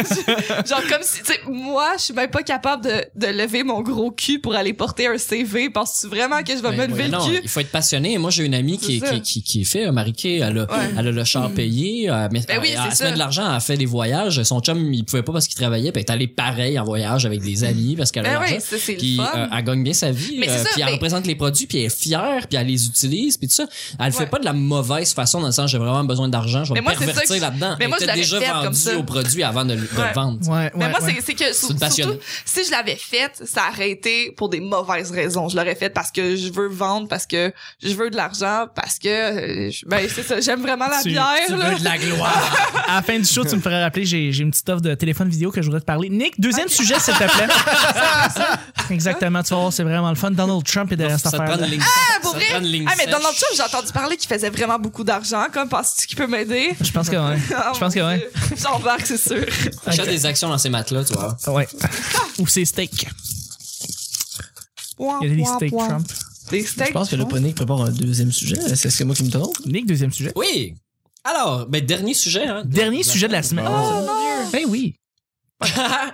Speaker 3: genre, comme si, tu sais, moi, je suis même pas capable de, de lever mon gros cul pour aller porter un CV. Penses-tu vraiment que je vais
Speaker 2: Ben,
Speaker 3: me lever
Speaker 2: voyons,
Speaker 3: le
Speaker 2: Il
Speaker 3: cul?
Speaker 2: faut être passionné. Moi, j'ai une amie qui,
Speaker 3: C'est ça.
Speaker 2: qui, qui, qui est fait euh, mariquée. Elle a, elle a le char payé. euh, mais
Speaker 3: Ben oui,
Speaker 2: elle, elle
Speaker 3: c'est
Speaker 2: se
Speaker 3: ça.
Speaker 2: met de l'argent. Elle a fait des voyages. Son chum, il pouvait pas parce qu'il travaillait. Puis elle est allée pareil en voyage avec des amis parce qu'elle a
Speaker 3: Ben
Speaker 2: l'argent.
Speaker 3: oui, ça, c'est le
Speaker 2: Puis
Speaker 3: fun.
Speaker 2: euh, elle gagne bien sa vie.
Speaker 3: Mais c'est
Speaker 2: euh,
Speaker 3: ça,
Speaker 2: puis elle
Speaker 3: mais-
Speaker 2: représente les produits. Puis elle est fière. Puis elle les utilise. Puis tout ça. Elle le fait
Speaker 3: Ouais.
Speaker 2: pas de la mauvaise façon dans le sens j'ai vraiment besoin d'argent. Je vais
Speaker 3: Mais
Speaker 2: me
Speaker 3: moi, c'est ça
Speaker 2: pervertir
Speaker 3: que-
Speaker 2: là-dedans.
Speaker 3: mais
Speaker 2: Elle
Speaker 3: moi, je
Speaker 2: était
Speaker 3: l'avais
Speaker 2: déjà
Speaker 3: faite comme
Speaker 2: vendue
Speaker 3: ça.
Speaker 2: au produit avant de, le- de
Speaker 3: Ouais.
Speaker 2: le vendre.
Speaker 1: Ouais,
Speaker 3: Mais Ben, moi,
Speaker 1: ouais.
Speaker 3: c'est- c'est que sur-
Speaker 2: une passionnée.
Speaker 3: surtout, si je l'avais faite, ça aurait été pour des mauvaises raisons. Je l'aurais faite parce que je veux vendre, parce que je veux de l'argent, parce que, euh, je- ben, c'est ça, j'aime vraiment la
Speaker 1: Tu-
Speaker 3: bière.
Speaker 1: tu veux
Speaker 3: là.
Speaker 1: de la gloire. À la fin du show, tu me ferais rappeler, j'ai j'ai une petite offre de téléphone vidéo que je voudrais te parler. Nick, deuxième sujet, s'il te plaît. Exactement, tu vas voir, c'est vraiment le fun. Donald Trump est derrière cette
Speaker 2: Ça te prend
Speaker 1: affaire.
Speaker 2: une ligne-
Speaker 3: Ah, pour
Speaker 2: ça te
Speaker 3: vrai?
Speaker 2: prend une ligne
Speaker 3: Ah, mais
Speaker 2: sèche.
Speaker 3: Donald Trump, j'ai entendu parler qu'il faisait vraiment beaucoup d'argent. Comme, penses-tu qu'il peut m'aider?
Speaker 1: Je pense que ouais.
Speaker 3: Ah,
Speaker 1: Je pense que
Speaker 3: mon
Speaker 1: ouais.
Speaker 3: Dieu. J'embarque, c'est sûr. euh,
Speaker 2: Achète des actions dans ces matelas, tu vois.
Speaker 1: Ouais. Ou c'est steak. Il y a des steak Trump.
Speaker 3: Des steaks.
Speaker 7: Je pense que le
Speaker 3: Trump.
Speaker 7: panique prépare un deuxième sujet. Est-ce que c'est moi qui me trompe?
Speaker 1: Nick, deuxième sujet.
Speaker 2: Oui. Alors, ben, dernier sujet. Hein, de-
Speaker 1: Dernier sujet de la semaine.
Speaker 6: Oh,
Speaker 1: Ben oui.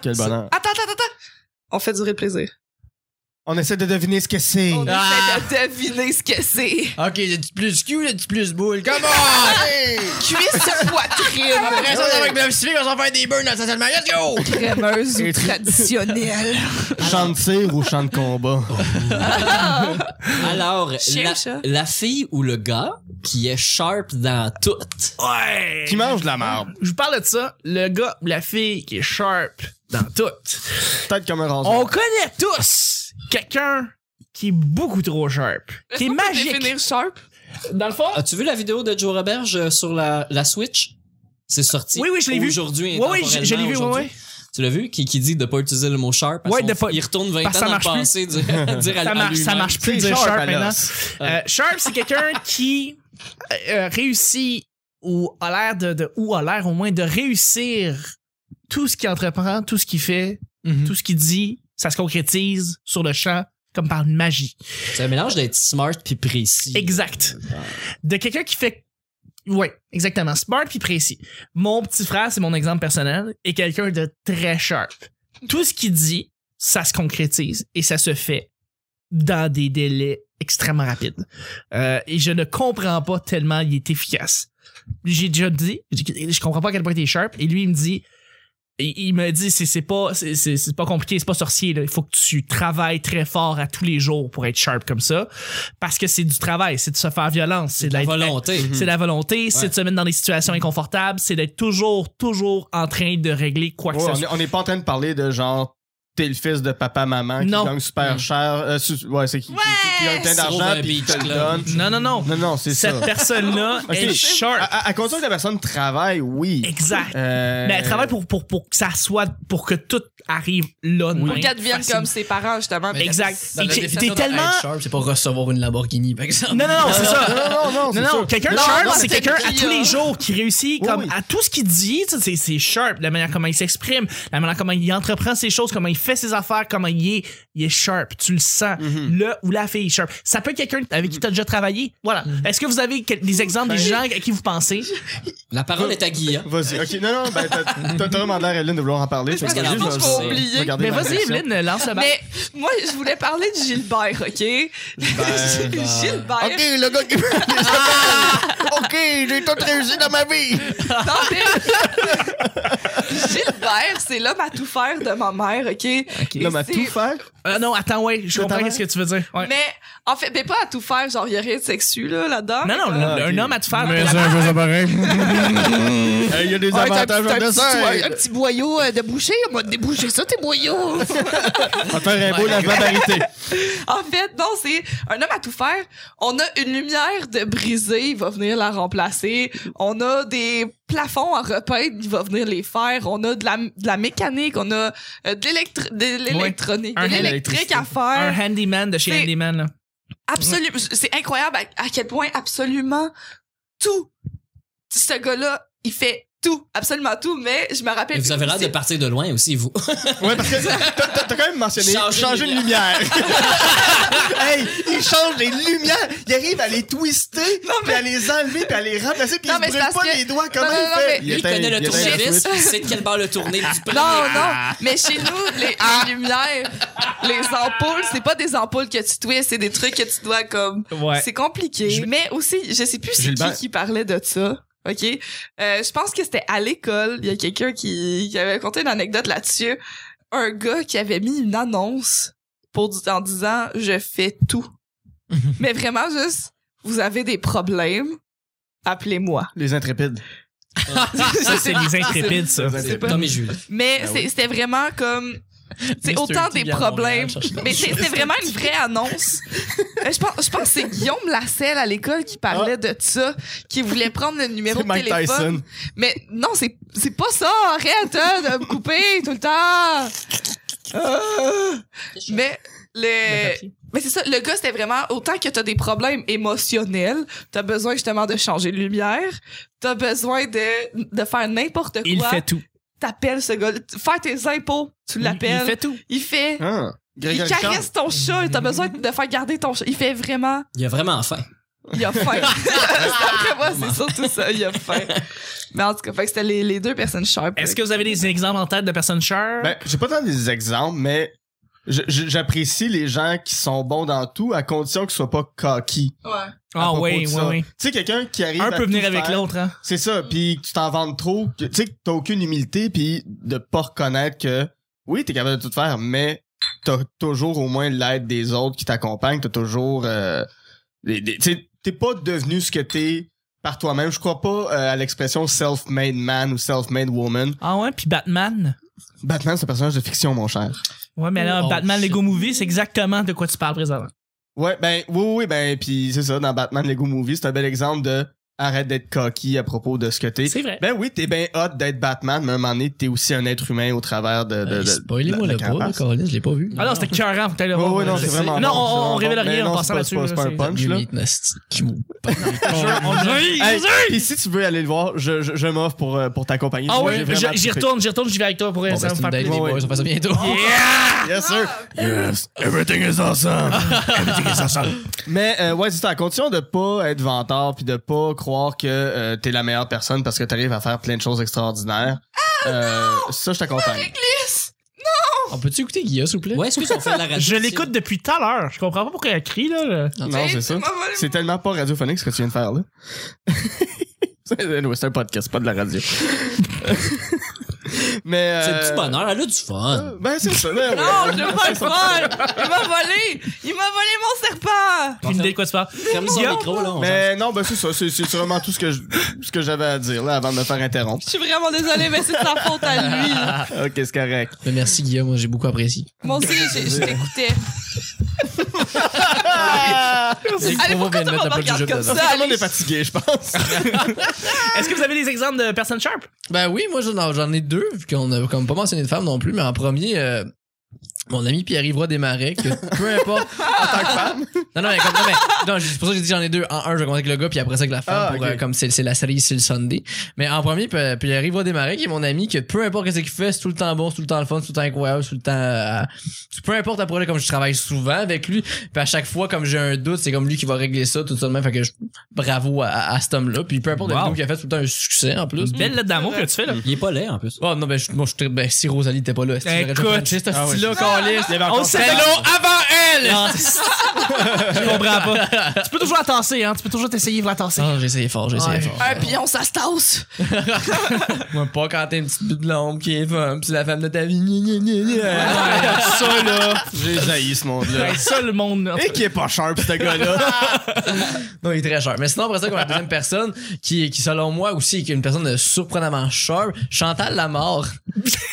Speaker 6: Quel bonheur.
Speaker 3: Attends, attends, attends. On fait durer le plaisir.
Speaker 6: On essaie de deviner ce que c'est.
Speaker 3: On
Speaker 7: Ah.
Speaker 3: essaie de deviner ce que c'est.
Speaker 7: Ok, y'a-tu plus Q, y'a-tu plus boule? Come
Speaker 3: Cuisse poitrine
Speaker 7: Ah! Après ça, avec ma psy, on s'en fait des burns dans sa salle de Let's go!
Speaker 3: crémeuse ou traditionnelle.
Speaker 6: Chant de tir ou chant de combat?
Speaker 2: Alors,
Speaker 3: Chien ou chat?
Speaker 2: la, la fille ou le gars qui est sharp dans tout.
Speaker 1: Ouais.
Speaker 6: Qui mange de la merde.
Speaker 1: Je vous parle de ça. Le gars, la fille qui est sharp dans tout.
Speaker 6: Peut-être comme un
Speaker 1: On
Speaker 6: rasoir.
Speaker 1: connaît tous quelqu'un qui est beaucoup trop sharp. Qui est
Speaker 3: Laisse-moi te
Speaker 1: magique.
Speaker 3: définir Sharp.
Speaker 1: Dans
Speaker 3: Oh!
Speaker 1: le fond,
Speaker 2: As-tu vu la vidéo de Joe Roberge euh, sur la, la Switch? C'est sorti
Speaker 1: Oui, oui, je l'ai vu.
Speaker 2: aujourd'hui.
Speaker 1: Ouais, oui, je- je l'ai vu, ouais,
Speaker 2: aujourd'hui.
Speaker 1: ouais.
Speaker 2: Tu l'as vu? Qui, qui dit de pas utiliser le mot sharp. parce
Speaker 1: Ouais,
Speaker 2: qu'on-
Speaker 1: de pas-
Speaker 2: Il retourne 20
Speaker 1: parce que
Speaker 2: ans
Speaker 1: ça
Speaker 2: dans le
Speaker 1: marche
Speaker 2: passé, dire, dire à,
Speaker 1: ça,
Speaker 2: à
Speaker 1: marche, ça
Speaker 2: lui-même.
Speaker 1: marche plus de
Speaker 6: C'est
Speaker 1: dire
Speaker 6: sharp,
Speaker 1: sharp,
Speaker 6: alors.
Speaker 1: maintenant. Euh, sharp, c'est quelqu'un qui euh, réussit ou a l'air de, de- ou a l'air au moins de réussir tout ce qu'il entreprend, tout ce qu'il fait,
Speaker 2: Mhm.
Speaker 1: tout ce qu'il dit, ça se concrétise sur le champ comme par une magie.
Speaker 2: C'est un mélange d'être smart puis précis.
Speaker 1: Exact. De quelqu'un qui fait oui, exactement. Smart puis précis. Mon petit frère, c'est mon exemple personnel, est quelqu'un de très sharp. Tout ce qu'il dit, ça se concrétise et ça se fait dans des délais extrêmement rapides. Euh, et je ne comprends pas tellement il est efficace. J'ai déjà dit, je je comprends pas à quel point il est sharp. Et lui, il me dit, il il me dit, c'est c'est pas, c'est- c'est c'est pas compliqué, c'est pas sorcier. là. Il faut que tu travailles très fort à tous les jours pour être sharp comme ça, parce que c'est du travail, c'est de se faire violence, c'est de
Speaker 2: La
Speaker 1: la
Speaker 2: volonté.
Speaker 1: c'est la volonté, c'est de se mettre dans des situations inconfortables, c'est d'être toujours, toujours en train de régler quoi que
Speaker 6: Ouais,
Speaker 1: ce
Speaker 6: on est-
Speaker 1: soit.
Speaker 6: on n'est pas en train de parler de genre, t'es le fils de papa-maman qui
Speaker 1: Non.
Speaker 6: gagne super cher. euh, su- ouais, c'est qui, qui- qui- qui gagne plein
Speaker 2: Ouais!
Speaker 6: d'argent
Speaker 2: Sur le
Speaker 6: puis qui te
Speaker 2: beach
Speaker 6: le
Speaker 2: club.
Speaker 6: donne.
Speaker 1: Non, non, non.
Speaker 6: Non, non, c'est ça.
Speaker 1: Cette personne-là
Speaker 6: Ok. Ah,
Speaker 1: est
Speaker 6: À,
Speaker 1: sharp.
Speaker 6: à- à condition que la personne travaille, oui.
Speaker 1: Exact.
Speaker 6: Euh,
Speaker 1: Mais elle travaille pour, pour, pour que ça soit, pour que tout arrive là. de
Speaker 3: Pour
Speaker 1: même,
Speaker 3: qu'elle devienne
Speaker 1: facile.
Speaker 3: comme ses parents, justement.
Speaker 7: Mais
Speaker 1: Exact.
Speaker 7: Dans
Speaker 1: Et
Speaker 7: la
Speaker 1: t'es-
Speaker 7: définition
Speaker 1: T'es
Speaker 7: de
Speaker 1: tellement.
Speaker 7: être sharp, c'est pas recevoir une Lamborghini, par exemple.
Speaker 1: Non, non, non, c'est ça.
Speaker 6: Non, non, non, c'est
Speaker 1: Non, non,
Speaker 6: sûr.
Speaker 1: quelqu'un de
Speaker 6: Non,
Speaker 1: sharp,
Speaker 6: non, euh,
Speaker 1: c'est quelqu'un à
Speaker 3: qui,
Speaker 1: tous
Speaker 3: là.
Speaker 1: les jours qui réussit
Speaker 6: Oui,
Speaker 1: comme
Speaker 6: oui.
Speaker 1: à tout ce qu'il dit, tu sais, c'est c'est sharp, la manière comment il s'exprime, la manière comment il entreprend ses choses, comment il fait ses affaires, comment il est, il est sharp, tu le sens.
Speaker 6: Mhm.
Speaker 1: Le ou la fille est sharp. Ça peut être quelqu'un avec qui tu as déjà travaillé. Voilà.
Speaker 6: Mhm.
Speaker 1: Est-ce que vous avez quel- des exemples des gens à qui vous pensez
Speaker 2: La parole est à Guy. hein.
Speaker 6: Vas-y, ok, non, non, ben, t'as- t'as t'as vraiment l'air, Evelyne, de vouloir en parler.
Speaker 3: je
Speaker 6: fait
Speaker 3: pense
Speaker 6: que
Speaker 2: que
Speaker 6: vas-y,
Speaker 2: je pense
Speaker 6: je
Speaker 2: qu'on
Speaker 6: vais-
Speaker 2: a
Speaker 3: oublié.
Speaker 6: je vais garder
Speaker 1: Mais
Speaker 6: ma
Speaker 1: vas-y,
Speaker 6: réaction.
Speaker 1: Evelyne, lance la balle.
Speaker 3: Mais moi, je voulais parler de Gilbert, OK? Gilbert.
Speaker 4: Ok, le gars qui. Ah! ok, j'ai tout réussi dans ma vie.
Speaker 3: Non, mais- Gilbert, c'est l'homme à tout faire de ma mère, OK?
Speaker 6: L'homme à
Speaker 3: c'est-
Speaker 6: tout faire.
Speaker 1: Ah non, attends, ouais, je comprends
Speaker 6: Attends,
Speaker 1: qu'est-ce que tu veux dire. Ouais.
Speaker 3: Mais, en fait, mais pas à tout faire, genre, il y a rien de sexu, là, là-dedans.
Speaker 1: Non, non,
Speaker 3: Mais,
Speaker 1: le-
Speaker 6: Ah,
Speaker 1: un
Speaker 6: ok.
Speaker 1: homme à te faire.
Speaker 5: Mais c'est un peu ça pareil.
Speaker 6: Il y a des
Speaker 4: Ouais, t'as- t'as
Speaker 6: avantages
Speaker 4: un,
Speaker 6: de
Speaker 4: petit,
Speaker 6: ça.
Speaker 4: ouais, un petit boyau euh, de boucher, on va te déboucher ça, tes boyaux.
Speaker 6: On va faire un beau lavement
Speaker 3: En fait, non, c'est un homme à tout faire. On a une lumière de brisée, il va venir la remplacer. On a des plafonds à repeindre, il va venir les faire. On a de la, de la mécanique, on a euh, de l'électro- de l'électronique,
Speaker 1: Un
Speaker 3: de l'électrique à faire.
Speaker 1: Un handyman de chez
Speaker 3: C'est-
Speaker 1: Handyman. là.
Speaker 3: Absolument.
Speaker 2: Mhm.
Speaker 3: C'est incroyable à, à quel point absolument tout ce gars-là, il fait tout, absolument tout, mais je me rappelle.
Speaker 2: Et vous avez l'air de partir de loin aussi, vous.
Speaker 6: Ouais, parce que t'as t'as- t'as quand même mentionné
Speaker 2: Changer
Speaker 6: changer,
Speaker 2: une
Speaker 6: une lumière. hey, il change les lumières. Il arrive à les twister, puis à les enlever, puis à les remplacer, puis
Speaker 3: Non,
Speaker 6: il
Speaker 3: mais
Speaker 6: se brûle
Speaker 3: c'est
Speaker 6: pas
Speaker 3: parce que-
Speaker 6: les doigts. Comment
Speaker 3: Non, non,
Speaker 6: il
Speaker 3: non,
Speaker 6: fait?
Speaker 3: mais-
Speaker 2: Lui, il connaît le
Speaker 6: éteint la
Speaker 2: tournevis,
Speaker 6: switch.
Speaker 2: il sait de quelle barre le tourner du premier.
Speaker 3: Non, non, mais chez nous, les,
Speaker 2: Ah.
Speaker 3: les lumières, les ampoules, c'est pas des ampoules que tu twists, c'est des trucs que tu dois comme.
Speaker 1: Ouais.
Speaker 3: C'est compliqué. Mais aussi, je sais plus c'est
Speaker 6: Gilbert.
Speaker 3: qui qui parlait de ça. OK? Euh, je pense que c'était à l'école. Il y a quelqu'un qui, qui avait conté une anecdote là-dessus. Un gars qui avait mis une annonce pour, du- en disant Je fais tout. Mais vraiment, juste, vous avez des problèmes, appelez-moi.
Speaker 6: Les intrépides.
Speaker 1: Ah, Ça, c'est les intrépides, ça.
Speaker 6: Les intrépides.
Speaker 2: Tom et Julie.
Speaker 3: Mais
Speaker 6: Ben
Speaker 3: c'est- c'était vraiment comme. C'est
Speaker 7: Mr.
Speaker 3: autant
Speaker 7: T
Speaker 3: des
Speaker 7: vient à
Speaker 3: problèmes.
Speaker 7: Montréal chercher
Speaker 3: Mais c'est c'est vraiment une vraie annonce. Euh, Je pense, je pense que c'est Guillaume Lasselle à l'école qui parlait de ça, qui voulait prendre le numéro
Speaker 6: Ah. C'est
Speaker 3: de
Speaker 6: Mike
Speaker 3: téléphone.
Speaker 6: Tyson.
Speaker 3: Mais non, c'est c'est pas ça. Arrête hein, de me couper tout le temps. Ah. Mais le mais c'est ça, le gars c'était vraiment autant que t'as des problèmes émotionnels, t'as besoin justement de changer de lumière, t'as besoin de de faire n'importe quoi
Speaker 1: Il fait tout.
Speaker 3: t'appelles ce gars Faire tes impôts, tu
Speaker 1: Il- Il fait
Speaker 3: l'appelles.
Speaker 1: tout.
Speaker 3: Il fait.
Speaker 6: Ah.
Speaker 3: Il
Speaker 6: Grégory Charles.
Speaker 3: caresse ton chat, t'as besoin de faire garder ton chat. Il fait vraiment.
Speaker 2: Il a vraiment faim.
Speaker 3: Il a faim. Après moi, c'est surtout ça, il a faim. Mais en tout cas, fait que c'était les, les deux personnes sharp.
Speaker 1: Est-ce que vous avez des exemples en tête de personnes chères?
Speaker 6: Ben, j'ai pas tant des exemples, mais je- je- j'apprécie les gens qui sont bons dans tout à condition qu'ils soient pas cocky.
Speaker 3: Ouais.
Speaker 6: à
Speaker 1: ah
Speaker 6: propos
Speaker 1: oui,
Speaker 6: de
Speaker 1: oui,
Speaker 6: ça.
Speaker 1: oui.
Speaker 6: Tu sais, quelqu'un qui arrive
Speaker 1: Un
Speaker 6: à
Speaker 1: peut
Speaker 6: tout
Speaker 1: venir avec
Speaker 6: faire,
Speaker 1: l'autre, hein.
Speaker 6: C'est ça, puis que tu t'en vantes trop, que- tu sais, que t'as aucune humilité, puis de pas reconnaître que, oui, t'es capable de tout faire, mais t'as toujours au moins l'aide des autres qui t'accompagnent, t'as toujours... euh, des- des- tu sais, t'es pas devenu ce que t'es par toi-même. Je crois pas euh, à l'expression « self-made man » ou « self-made woman
Speaker 1: Ah ouais, puis Batman. ».
Speaker 6: Batman, c'est un personnage de fiction, mon cher.
Speaker 1: Ouais, mais là,
Speaker 2: Oh,
Speaker 1: Batman
Speaker 2: shit.
Speaker 1: Lego Movie, c'est exactement de quoi tu parles présentement.
Speaker 6: Ouais, ben, oui, oui, ben, puis c'est ça, dans Batman Lego Movie, c'est un bel exemple de « arrête d'être coquille à propos de ce que t'es ».
Speaker 1: C'est vrai.
Speaker 6: Ben oui, t'es bien hot d'être Batman, mais à un moment donné, t'es aussi un être humain au travers de. de, de-
Speaker 7: Ben, Spoilez-moi
Speaker 6: de- de
Speaker 7: le pas,
Speaker 6: carapace.
Speaker 7: Colin, je l'ai pas vu.
Speaker 1: Ah non, c'était cœurant, faut que t'ailles le
Speaker 6: Ouais,
Speaker 1: voir.
Speaker 6: ouais, non,
Speaker 1: Je
Speaker 6: c'est
Speaker 1: sais.
Speaker 6: vraiment
Speaker 1: Non,
Speaker 6: bon, c'est
Speaker 1: on, on
Speaker 6: vraiment
Speaker 1: révèle
Speaker 6: bon.
Speaker 1: rien
Speaker 6: Mais
Speaker 1: en
Speaker 6: non,
Speaker 1: passant
Speaker 6: c'est pas-
Speaker 1: là-dessus.
Speaker 6: c'est pas un
Speaker 1: là,
Speaker 6: punch, là.
Speaker 1: c'est- On dit-
Speaker 6: Hey, Puis si tu veux aller le voir, je, je, je m'offre pour, euh, pour t'accompagner.
Speaker 1: Ah
Speaker 6: Moi,
Speaker 1: ouais,
Speaker 6: j'ai vraiment
Speaker 1: je- j'y
Speaker 6: trippé.
Speaker 1: retourne, j'y retourne, j'y vais avec toi pour
Speaker 7: Bon,
Speaker 1: ça
Speaker 7: ben,
Speaker 1: va me
Speaker 7: c'est une
Speaker 1: faire
Speaker 7: date des
Speaker 1: plaisir.
Speaker 6: Ouais,
Speaker 7: boys,
Speaker 6: ouais.
Speaker 7: on fait ça bientôt.
Speaker 6: Yes, sir.
Speaker 1: Ah!
Speaker 6: Yes, everything is awesome. everything is awesome. Mais euh, ouais, c'est ça. À condition de pas être vantard puis de pas croire que euh, t'es la meilleure personne parce que t'arrives à faire plein de choses extraordinaires. Euh, ça, je t'accompagne.
Speaker 7: On peut-tu écouter Guilla, s'il vous plaît?
Speaker 2: Ouais, est-ce qu'on fait la radio?
Speaker 1: Je l'écoute depuis tout à l'heure. Je comprends pas pourquoi elle crie, là. là.
Speaker 6: Non, c'est ça. C'est tellement pas radiophonique ce que tu viens de faire là. C'est- c'est un podcast, pas de la radio. Mais euh,
Speaker 2: C'est le petit bonheur, elle a du fun.
Speaker 6: Ben c'est ça. ben,
Speaker 3: Non,
Speaker 6: ouais.
Speaker 3: je veux pas le prendre! Il m'a volé! Il m'a volé mon serpent!
Speaker 1: Aucune idée de quoi tu parles.
Speaker 2: Ferme son
Speaker 1: Guillaume.
Speaker 2: micro, là. on jase.
Speaker 6: Mais non, ben c'est ça, c'est c'est vraiment tout ce que je- ce que j'avais à dire là avant de me faire interrompre.
Speaker 3: Je suis vraiment désolée, mais c'est de sa faute à lui.
Speaker 6: OK, c'est correct.
Speaker 7: Mais Ben, merci Guilla, moi j'ai beaucoup apprécié.
Speaker 3: Moi aussi, j'ai- je t'écoutais. Allez,
Speaker 7: Provo
Speaker 3: pourquoi
Speaker 7: vient de
Speaker 3: tout le
Speaker 7: mettre
Speaker 3: monde
Speaker 7: un peu de
Speaker 3: regarde
Speaker 7: jujube
Speaker 3: comme
Speaker 7: dedans.
Speaker 6: Tout
Speaker 3: ça?
Speaker 6: Ah, le monde est fatigué, je pense.
Speaker 1: Est-ce que vous avez des exemples de personnes sharp?
Speaker 7: Ben oui, moi j'en j'en ai deux, vu qu'on a comme pas mentionné de femme non plus, mais en premier, euh, mon ami Pierre-Yves Roy Desmarais, que peu importe. en tant que femme.
Speaker 6: Ah!
Speaker 7: Non, non, mais comme, non, mais, non, c'est pour ça que j'ai dit j'en ai deux. En un, je vais commencer avec le gars, puis après ça avec la femme,
Speaker 6: Ah,
Speaker 7: pour,
Speaker 6: ok.
Speaker 7: euh, comme c'est c'est la série c'est le Sunday. Mais en premier, P- Pierre-Yves Roy Desmarais, qui est mon ami, que peu importe ce qu'il fait, c'est tout le temps bon, c'est tout le temps le fun, c'est tout le temps incroyable, c'est tout le temps. euh, peu importe après, là, comme je travaille souvent avec lui, puis à chaque fois, comme j'ai un doute, c'est comme lui qui va régler ça tout seulement. Fait que je- bravo à, à cet homme-là. Puis peu importe le
Speaker 1: Wow.
Speaker 7: vidéo qu'il a fait, c'est tout le temps un succès en plus.
Speaker 1: Belle lettre d'amour que tu fais, là.
Speaker 2: Il est pas laid, en plus.
Speaker 7: Oh non, ben, je- moi, je suis ben, si Rosalie était pas là, si j'aurais déjà
Speaker 1: Écoute.
Speaker 7: franchi ce
Speaker 6: Ah ouais.
Speaker 7: style-là, câlisse.
Speaker 1: On sait Ah, là
Speaker 7: avant elle!
Speaker 1: Non, c'est- Je comprends pas. Tu peux toujours la tasser, hein. Tu peux toujours t'essayer de la tasser.
Speaker 7: Ah, j'ai essayé fort, j'ai essayé
Speaker 1: Ouais.
Speaker 7: fort.
Speaker 3: Un pion, ça se tasse!
Speaker 7: Moi, pas quand t'es une petite pute blonde qui est femme, pis la femme de ta vie. gna, gna, gna, gna.
Speaker 6: ça là, Oh, j'ai jailli ce monde-là.
Speaker 1: Ben, ça, le monde. en tout
Speaker 6: Et qui est pas sharp ce gars-là.
Speaker 7: Non, il est très cher. Mais sinon, après ça, comme la deuxième personne, qui, qui selon moi aussi, qui est une personne euh, surprenamment sharp, Chantal Lamarre.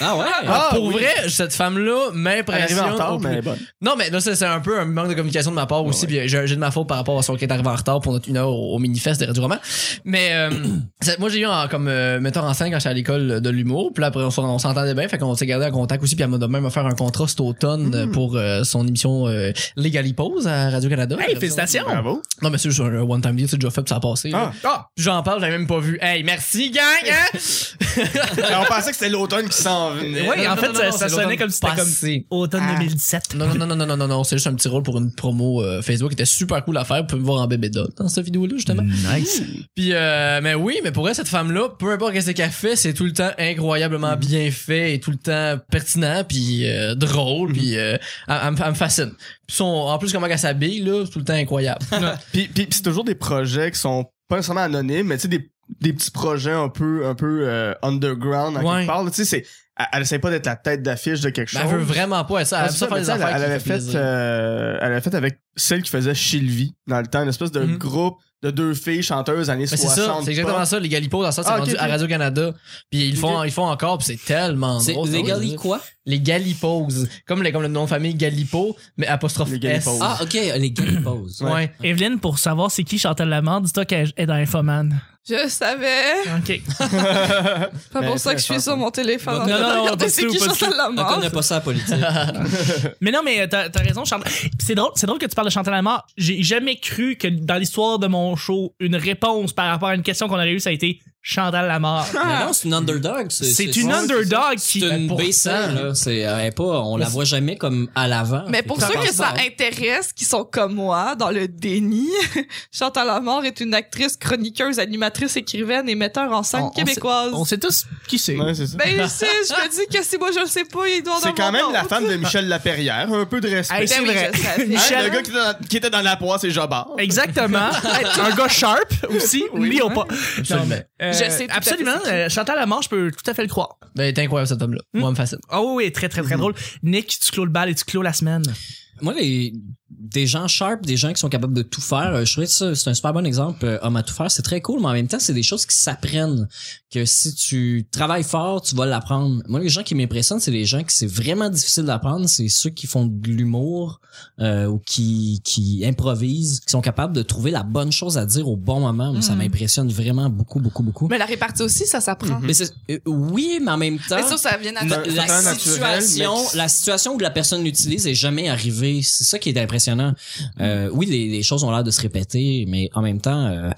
Speaker 2: Ah ouais?
Speaker 6: Ah,
Speaker 7: pour
Speaker 6: oui.
Speaker 7: vrai, cette femme-là
Speaker 6: Arrivé
Speaker 7: m'impressionne.
Speaker 6: en retard,
Speaker 7: au plus-
Speaker 6: mais bon.
Speaker 7: Non, mais là, c'est c'est un peu un manque de communication de ma part aussi. Puis j'ai j'ai de ma faute par rapport à son qui est arrivé en retard pour notre une heure au, au mini-fest de Radio Roman. Mais euh, ça- moi, j'ai eu en- comme euh, metteur en scène quand j'étais à l'école de l'humour. Puis là, après, on, s'en- on s'entendait bien. Fait qu'on s'est gardé en contact aussi. Puis elle m'a même offert un contrat cet automne
Speaker 1: Mm.
Speaker 7: euh, pour euh, son émission euh, Legalipose à Radio-Canada.
Speaker 1: Hey, félicitations!
Speaker 6: Bravo.
Speaker 7: Non, mais c'est juste un euh, one-time deal. C'est déjà fait, puis ça a passé. là.
Speaker 6: Ah.
Speaker 7: Puis J'en parle, j'avais même pas vu. Hey, merci, gang! hein?
Speaker 6: Mais on pensait que c'était l'automne qui s'en venait.
Speaker 1: Oui, en
Speaker 7: non,
Speaker 1: fait,
Speaker 7: non,
Speaker 1: ça,
Speaker 7: non,
Speaker 1: ça
Speaker 7: c'est
Speaker 1: sonnait
Speaker 7: l'automne
Speaker 1: comme si c'était comme
Speaker 7: passé.
Speaker 1: automne
Speaker 7: Ah.
Speaker 1: 2017.
Speaker 7: Non, non, non, non, non, non, non, c'est juste un petit rôle pour une promo euh, Facebook qui était super cool à faire. Vous pouvez me voir en bébé dot dans cette vidéo-là, justement.
Speaker 1: Nice.
Speaker 7: Puis, euh, mais oui, mais pour elle, cette femme-là, peu importe qu'est-ce qu'elle fait, c'est tout le temps
Speaker 6: Mm-hmm.
Speaker 7: incroyablement bien fait et tout le temps pertinent, puis euh, drôle,
Speaker 6: Mm-hmm.
Speaker 7: puis euh, elle, elle me- elle me fascine. Puis son, en plus, comment elle s'habille, là, c'est tout le temps incroyable.
Speaker 6: Puis, puis- puis c'est toujours des projets qui sont pas nécessairement anonymes, mais tu sais, des, des petits projets un peu, un peu euh, underground, à
Speaker 7: Ouais.
Speaker 6: quelque part. là. Tu sais, c'est- elle, elle essaie pas d'être la tête d'affiche de quelque
Speaker 7: Mais
Speaker 6: chose.
Speaker 7: elle veut vraiment pas, elle, ça,
Speaker 6: Ah,
Speaker 7: elle aime
Speaker 6: c'est
Speaker 7: ça
Speaker 6: ça,
Speaker 7: faire
Speaker 6: mais tu
Speaker 7: des
Speaker 6: sais, elle,
Speaker 7: affaires qui
Speaker 6: elle
Speaker 7: lui
Speaker 6: avait
Speaker 7: fait
Speaker 6: fait,
Speaker 7: plaisir.
Speaker 6: euh, elle avait fait avec celle qui faisait Sylvie dans le temps, une espèce de
Speaker 7: Mhm.
Speaker 6: groupe de deux filles chanteuses années
Speaker 7: Mais c'est
Speaker 6: 60.
Speaker 7: ça, c'est exactement
Speaker 6: pop.
Speaker 7: ça, les Galipos, dans ça, c'est
Speaker 6: Ah, ok,
Speaker 7: rendu à
Speaker 6: ok.
Speaker 7: Radio-Canada. Puis ils le font, ils font encore, puis c'est tellement
Speaker 2: C'est
Speaker 7: drôle. ça,
Speaker 2: Legally
Speaker 7: oui.
Speaker 2: quoi?
Speaker 7: Les Galipos. Comme le, comme le nom de famille Galipo, mais apostrophe
Speaker 6: Les
Speaker 7: S.
Speaker 6: Galipos.
Speaker 2: Ah, ok, les Galipose.
Speaker 7: ouais.
Speaker 1: Evelyne, pour savoir c'est qui Chantal Lamande, dis-toi qu'elle est dans Infoman.
Speaker 3: Je savais.
Speaker 1: OK.
Speaker 3: C'est pas
Speaker 6: Mais
Speaker 3: pour ça que je
Speaker 6: très
Speaker 3: suis sur mon téléphone.
Speaker 1: Non,
Speaker 3: en
Speaker 1: non,
Speaker 3: train de
Speaker 1: non,
Speaker 3: regarder
Speaker 1: pas
Speaker 3: c'est
Speaker 1: du
Speaker 3: qui
Speaker 1: tout, pas du
Speaker 3: Chantal
Speaker 2: On
Speaker 3: Lamar.
Speaker 2: connaît pas ça à la politique.
Speaker 1: Ah. Mais non, mais euh, t'as t'as raison, Chantal. Puis C'est drôle, c'est drôle que tu parles de Chantal Lamar. J'ai jamais cru que dans l'histoire de mon show, une réponse par rapport à une question qu'on aurait eue, ça a été Chantal Lamar.
Speaker 2: Mais non, c'est une underdog.
Speaker 1: C'est une underdog qui.
Speaker 2: C'est une
Speaker 1: pour-
Speaker 2: B100, là. C'est, elle est pas, on la voit jamais comme à l'avant.
Speaker 3: Mais pour
Speaker 2: Ça
Speaker 3: ceux que
Speaker 2: passe
Speaker 3: ça
Speaker 2: mal.
Speaker 3: intéresse, qui sont comme moi, dans le déni, Chantal Lamar est une actrice, chroniqueuse, animatrice, écrivaine et metteur en scène
Speaker 1: On- on
Speaker 3: québécoise.
Speaker 1: On sait tous qui c'est.
Speaker 6: Ouais, c'est ça.
Speaker 3: Ben, je sais, je me dis que si moi je le sais pas, il doit en
Speaker 6: C'est quand
Speaker 3: avoir
Speaker 6: même la
Speaker 3: d'autres.
Speaker 6: femme de Michel Laperrière, un peu de respect.
Speaker 1: Hey,
Speaker 3: Ben
Speaker 1: c'est
Speaker 3: oui,
Speaker 1: vrai.
Speaker 3: je savais.
Speaker 6: Hein,
Speaker 1: Michel-
Speaker 6: le gars qui était dans, qui était dans la poire, c'est Jobard.
Speaker 1: Exactement. un gars sharp aussi, lui ou pas.
Speaker 7: Absolument.
Speaker 1: Non, mais, euh,
Speaker 3: Je sais tout à fait
Speaker 1: absolument.
Speaker 3: c'est qui.
Speaker 1: euh, Chantal Lamar, je peux tout à fait le croire.
Speaker 7: Ben, elle est incroyable, cet homme-là.
Speaker 1: Hmm.
Speaker 7: Moi, elle me fascine.
Speaker 1: Ah oui, oui, très, très,
Speaker 2: Mhm.
Speaker 1: très drôle. Nick, tu clôt le bal et tu clôt la semaine.
Speaker 2: Moi, les, des gens sharp, des gens qui sont capables de tout faire, euh, je trouvais que ça, c'est un super bon exemple, euh, homme à tout faire. C'est très cool, mais en même temps, c'est des choses qui s'apprennent. Que si tu travailles fort, tu vas l'apprendre. Moi, les gens qui m'impressionnent, c'est les gens qui c'est vraiment difficile d'apprendre. C'est ceux qui font de l'humour, euh, ou qui, qui improvisent, qui sont capables de trouver la bonne chose à dire au bon moment. Moi, Ça
Speaker 3: Mhm.
Speaker 2: m'impressionne vraiment beaucoup, beaucoup, beaucoup.
Speaker 3: Mais la répartie aussi, ça s'apprend.
Speaker 6: Mhm.
Speaker 2: Mais c'est- euh, oui, mais en même temps.
Speaker 3: Mais ça, ça vient à
Speaker 6: Non.
Speaker 2: la,
Speaker 6: C'est un Bah, naturel,
Speaker 2: situation,
Speaker 6: mais qui-
Speaker 2: la situation où la personne l'utilise est jamais arrivée. C'est ça qui est impressionnant. Euh, oui, les, les choses ont l'air de se répéter, mais en même temps, euh,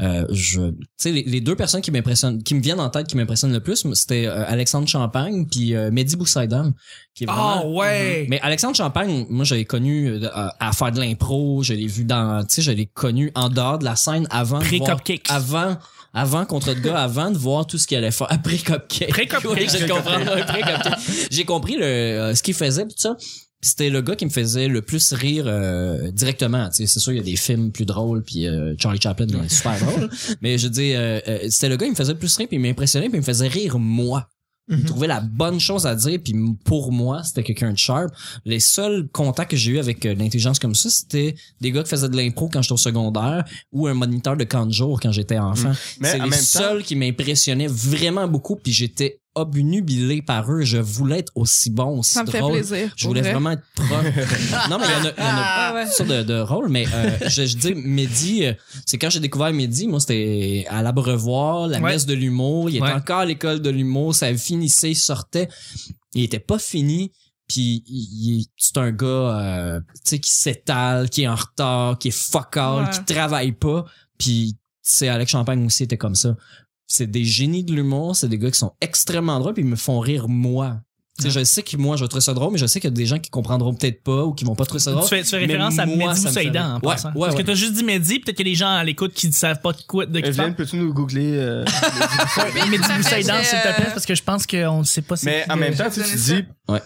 Speaker 2: euh, je, tu sais, les, les deux personnes qui m'impressionnent, qui me viennent en tête, qui m'impressionnent le plus, c'était euh, Alexandre Champagne puis euh, Mehdi Boussaidam, qui est
Speaker 6: Ah,
Speaker 3: Ah
Speaker 2: vraiment
Speaker 1: ouais.
Speaker 2: mais Alexandre Champagne, moi, je l'ai connu euh, à, à faire de l'impro, je l'ai vu dans, tu sais, je l'ai connu en dehors de la scène avant. de voir-
Speaker 1: Pré-cupcakes.
Speaker 2: Avant, avant contre le gars, avant de voir tout ce qu'il allait faire. Après cupcake.
Speaker 1: Pré-cupcakes.
Speaker 2: je comprends. Pré-cupcake. J'ai compris le, euh, ce qu'il faisait, pis tout ça. Pis C'était le gars qui me faisait le plus rire euh, directement. tu sais. C'est sûr, il y a des films plus drôles, puis euh, Charlie Chaplin il est super drôle. Mais je dis, euh, euh, c'était le gars qui me faisait le plus rire, puis il m'impressionnait, puis il me faisait rire moi. Il trouvait la bonne chose à dire, puis m- pour moi, c'était quelqu'un de sharp. Les seuls contacts que j'ai eu avec euh, l'intelligence comme ça, c'était des gars qui faisaient de l'impro quand j'étais au secondaire ou un moniteur de camp de jour quand j'étais enfant.
Speaker 6: Mais
Speaker 2: C'est
Speaker 6: en
Speaker 2: les
Speaker 6: même temps-
Speaker 2: seuls qui m'impressionnaient vraiment beaucoup, puis j'étais obnubilé par eux. Je voulais être aussi bon, aussi
Speaker 3: Ça me fait
Speaker 2: drôle.
Speaker 3: plaisir.
Speaker 2: Je
Speaker 3: pour
Speaker 2: voulais
Speaker 3: vrai.
Speaker 2: vraiment être propre. non, mais il y en a, il y en a
Speaker 3: Ah, ouais.
Speaker 2: toutes sortes de, de rôles, mais euh, je, je dis Mehdi, euh, c'est quand j'ai découvert Mehdi, moi c'était à l'Abrevoir, la
Speaker 1: Ouais.
Speaker 2: messe de l'humour, il était
Speaker 1: Ouais.
Speaker 2: encore à l'école de l'humour, ça finissait, il sortait, il était pas fini. Puis il- il- c'est un gars euh, tu sais, qui s'étale, qui est en retard, qui est fuck all,
Speaker 3: Ouais.
Speaker 2: qui travaille pas. Puis c'est Alex Champagne aussi était comme ça. C'est des génies de l'humour, c'est des gars qui sont extrêmement drôles puis ils me font rire moi. Tu sais, je sais que moi je vais trouver ça drôle, mais je sais qu'il y a des gens qui comprendront peut-être pas ou qui vont pas trouver ça drôle.
Speaker 1: Tu fais, tu fais
Speaker 2: Mais
Speaker 1: référence à
Speaker 2: moi,
Speaker 1: Mehdi
Speaker 2: ça me fait
Speaker 1: Moussaïdan en
Speaker 2: rire.
Speaker 1: passant.
Speaker 2: Ouais, ouais,
Speaker 1: Parce que
Speaker 2: ouais.
Speaker 1: t'as juste dit Mehdi, peut-être qu'il y a des gens à l'écoute qui ne savent pas de quoi de qui
Speaker 6: Evelyne,
Speaker 1: parle.
Speaker 6: peux-tu nous googler euh,
Speaker 1: Mehdi
Speaker 3: Ça fait,
Speaker 1: Moussaïdan,
Speaker 3: j'ai,
Speaker 1: s'il te plaît,
Speaker 3: euh,
Speaker 1: parce que je pense qu'on ne sait pas c'est
Speaker 6: Mais
Speaker 1: qui euh,
Speaker 6: en
Speaker 1: le-
Speaker 6: même temps, tu sais,
Speaker 3: donner
Speaker 6: tu
Speaker 3: ça.
Speaker 6: dis.
Speaker 2: Ouais.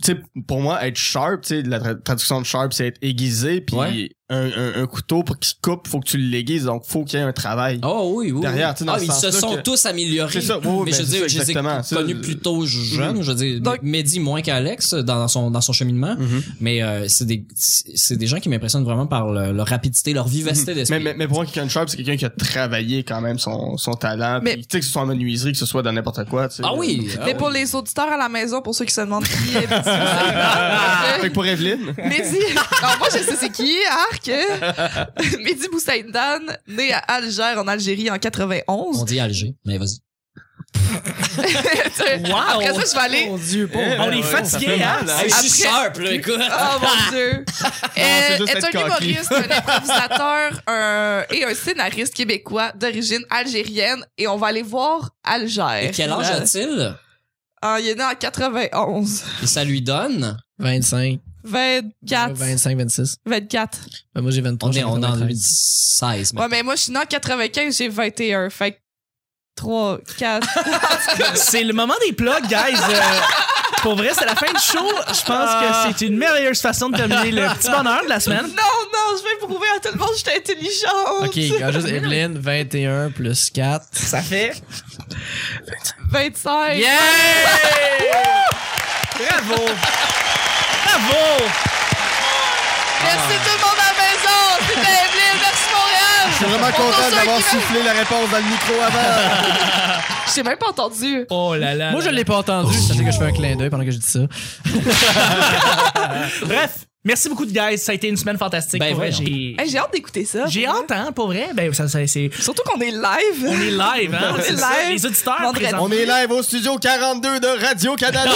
Speaker 6: Tu sais, pour moi, être sharp, tu sais, la tra- traduction de sharp, c'est être aiguisé, puis
Speaker 2: Ouais.
Speaker 6: un, un- un couteau pour qu'il se coupe, faut que tu l'aiguises, donc faut qu'il y ait un travail.
Speaker 2: Oh oui, oui.
Speaker 6: Derrière, tu sais, dans
Speaker 2: ah,
Speaker 6: ce
Speaker 2: ils se
Speaker 6: sens-là
Speaker 2: sont
Speaker 6: que-
Speaker 2: tous améliorés.
Speaker 6: C'est ça, oui, oui,
Speaker 2: mais
Speaker 6: ben,
Speaker 2: je veux
Speaker 6: c'est
Speaker 2: dire,
Speaker 6: ça,
Speaker 2: je les ai
Speaker 6: exactement. Ça,
Speaker 2: connus
Speaker 6: euh,
Speaker 2: plus tôt jeunes. Je veux dire,
Speaker 3: Donc-
Speaker 2: Mehdi moins qu'Alex dans, dans son, dans son cheminement.
Speaker 6: Mm-hmm.
Speaker 2: Mais euh, c'est des, c'est des gens qui m'impressionnent vraiment par le- leur rapidité, leur vivacité
Speaker 6: Mm-hmm. Mais,
Speaker 2: d'esprit.
Speaker 6: mais, mais pour moi, quelqu'un de sharp, c'est quelqu'un qui a travaillé quand même son, son talent.
Speaker 3: Mais-
Speaker 6: Puis, tu sais, que ce soit en menuiserie, que ce soit dans n'importe quoi. tu sais.
Speaker 2: ah oui! ah
Speaker 3: Mais
Speaker 2: oui.
Speaker 3: pour les auditeurs à la maison, pour ceux qui se demandent qui est Mehdi,
Speaker 6: Ah, Fait que pour Evelyne,
Speaker 3: Mehdi, non, moi je sais c'est qui, Arc. Mehdi Boussaïdan, né à Alger en Algérie en
Speaker 2: On
Speaker 3: 91.
Speaker 2: dit Alger, mais vas-y.
Speaker 1: Wow! Oh,
Speaker 3: Après ça, je vais aller.
Speaker 7: Mon Dieu, pauvre.
Speaker 1: On est fatigué, hein?
Speaker 6: Ah,
Speaker 2: Hey, je suis
Speaker 3: Après-
Speaker 2: sharp, là, écoute!
Speaker 3: Oh mon dieu!
Speaker 6: c'est
Speaker 3: Elle
Speaker 6: juste
Speaker 3: est
Speaker 6: être
Speaker 3: un
Speaker 6: cocky.
Speaker 3: humoriste, un improvisateur un- et un scénariste québécois d'origine algérienne et on va aller voir Alger.
Speaker 2: Et quel âge a-t-il?
Speaker 3: Ah, il est né en 91.
Speaker 2: Et ça lui donne?
Speaker 7: 25.
Speaker 3: 24.
Speaker 7: 25, 26.
Speaker 3: 24.
Speaker 7: Ben, moi, j'ai 23.
Speaker 2: On est,
Speaker 7: j'ai
Speaker 2: on est en
Speaker 7: 93.
Speaker 2: 2016.
Speaker 3: Ouais, mais moi, je suis né en 95, j'ai 21. Fait que 3, 4.
Speaker 2: hein?
Speaker 1: C'est le moment des plugs, guys. Euh, pour vrai, c'est la fin du show. Je pense
Speaker 2: Ah.
Speaker 1: que c'est une merveilleuse façon de terminer le petit bonheur de la
Speaker 3: non,
Speaker 1: semaine.
Speaker 3: non, je vais prouver à tout le monde que j'étais intelligente.
Speaker 7: Ok, regarde juste Evelyn, 21 plus 4.
Speaker 1: Ça fait.
Speaker 3: 25.
Speaker 1: Yeah! Bravo! Bravo!
Speaker 3: Merci tout le monde à la maison. C'était Evelyne. Merci Montréal.
Speaker 6: je suis vraiment
Speaker 3: Pour tous
Speaker 6: content
Speaker 3: ceux
Speaker 6: d'avoir
Speaker 3: qui veulent-
Speaker 6: soufflé la réponse dans le micro avant.
Speaker 3: J'ai même pas entendu.
Speaker 1: Oh là là.
Speaker 7: Moi, je
Speaker 1: là
Speaker 7: l'ai pas entendu. Je sais que je fais un clin d'œil pendant que je dis ça.
Speaker 1: là. Bref, merci beaucoup, guys. Ça a été une semaine fantastique.
Speaker 2: Ben
Speaker 1: pour vrai,
Speaker 2: voyons.
Speaker 1: j'ai.
Speaker 3: Hey, j'ai hâte d'écouter ça.
Speaker 1: J'ai hâte, hein, pour vrai. Ben, ça, ça, c'est.
Speaker 3: Surtout qu'on est
Speaker 1: On
Speaker 3: live.
Speaker 1: est live, hein?
Speaker 3: On est
Speaker 1: c'est ça.
Speaker 3: live.
Speaker 1: Les auditeurs,
Speaker 3: Vendredi.
Speaker 1: présentement.
Speaker 6: On est live au studio 42 de Radio-Canada.